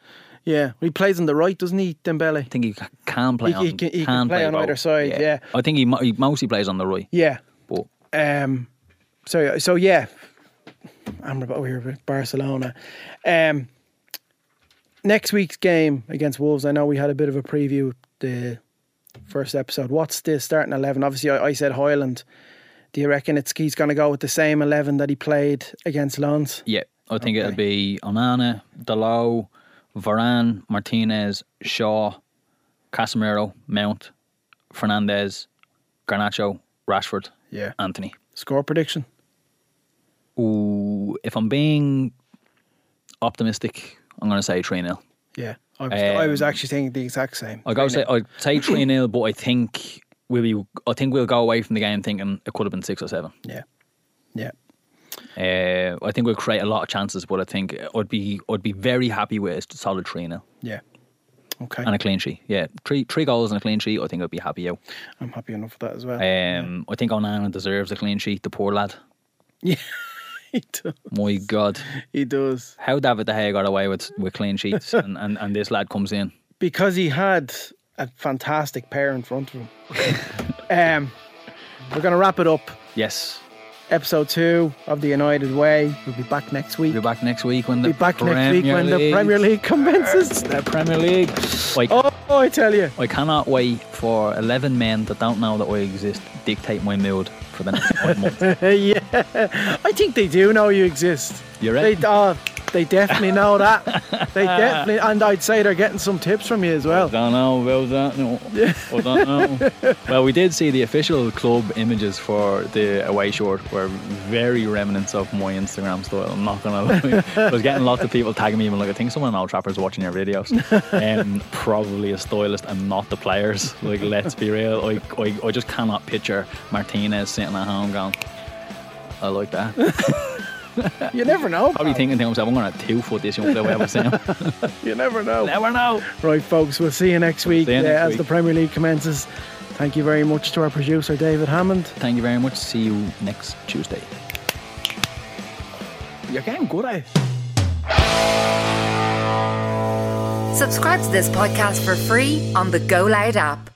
Speaker 3: I
Speaker 2: he plays on the right, doesn't he, Dembele?
Speaker 3: think he c- can play.
Speaker 2: He- he
Speaker 3: on,
Speaker 2: can- he can play on
Speaker 3: both.
Speaker 2: either side, yeah.
Speaker 3: I think he, mo- he mostly plays on the right.
Speaker 2: Yeah.
Speaker 3: But
Speaker 2: Um. So so yeah, Amrabat. We were with Barcelona. Um. Next week's game against Wolves. I know we had a bit of a preview the first episode. What's the starting eleven? Obviously, I, I said Hoyland. Do you reckon it's he's going to go with the same eleven that he played against Lons?
Speaker 3: yeah, I think
Speaker 2: Okay.
Speaker 3: it'll be Onana, Delo, Varane, Martinez, Shaw, Casemiro, Mount, Fernandez, Garnacho, Rashford,
Speaker 2: Yeah.
Speaker 3: Anthony.
Speaker 2: Score prediction.
Speaker 3: Ooh, if I'm being optimistic, I'm going to say 3 0.
Speaker 2: Yeah. I was, I was
Speaker 3: Um,
Speaker 2: actually thinking the exact same.
Speaker 3: I'll go say, I'd say 3 0, but I think. We'll be, I think we'll go away from the game thinking it could have been six or seven.
Speaker 2: Yeah. Yeah.
Speaker 3: Uh, I think we'll create a lot of chances, but I think I'd be I'd be very happy with a solid three now
Speaker 2: Yeah. Okay.
Speaker 3: and a clean sheet. Yeah, three three goals and a clean sheet. I think I'd be happy out.
Speaker 2: I'm happy enough with that as well.
Speaker 3: Um, I think Onana deserves a clean sheet. The poor lad.
Speaker 2: he, do,
Speaker 3: My God,
Speaker 2: he does.
Speaker 3: how David De Gea got away with with clean sheets, and, and, and this lad comes in.
Speaker 2: Because he had a fantastic pair in front of him. um, we're going to wrap it up.
Speaker 3: Yes,
Speaker 2: Episode two of The United Way. We'll be back next week.
Speaker 3: be back next week when the
Speaker 2: be back
Speaker 3: Premier
Speaker 2: next week when the Premier League commences.
Speaker 3: the Premier League. Like,
Speaker 2: Oh, I tell you.
Speaker 3: I cannot wait for 11 men that don't know that I exist dictate my mood for the next one month.
Speaker 2: yeah. I think they do know you exist.
Speaker 3: You
Speaker 2: They,
Speaker 3: ready?
Speaker 2: oh, they definitely know that. They definitely, and I'd say they're getting some tips from you as well.
Speaker 3: don't know about that. No. I don't know. well, we did see the official club images for the away short were very remnants of my Instagram style. I'm not going to lie. I was getting lots of people tagging me and like, I think someone in Old Trafford's watching your videos. Um, probably a stylist and not the players. Like, let's be real. I, I, I just cannot picture Martinez sitting at home going, I like that.
Speaker 2: You never know.
Speaker 3: Probably thinking to myself, I'm going to two foot this young player. Never
Speaker 2: You never know.
Speaker 3: know.
Speaker 2: Right, folks, we'll see you next week
Speaker 3: See you
Speaker 2: uh,
Speaker 3: next
Speaker 2: as
Speaker 3: week.
Speaker 2: the Premier League commences. Thank you very much to our producer, David Hammond.
Speaker 3: Thank you very much. See you next Tuesday.
Speaker 2: You're getting good eh? at it.
Speaker 4: Subscribe to this podcast for free on the Go Loud app.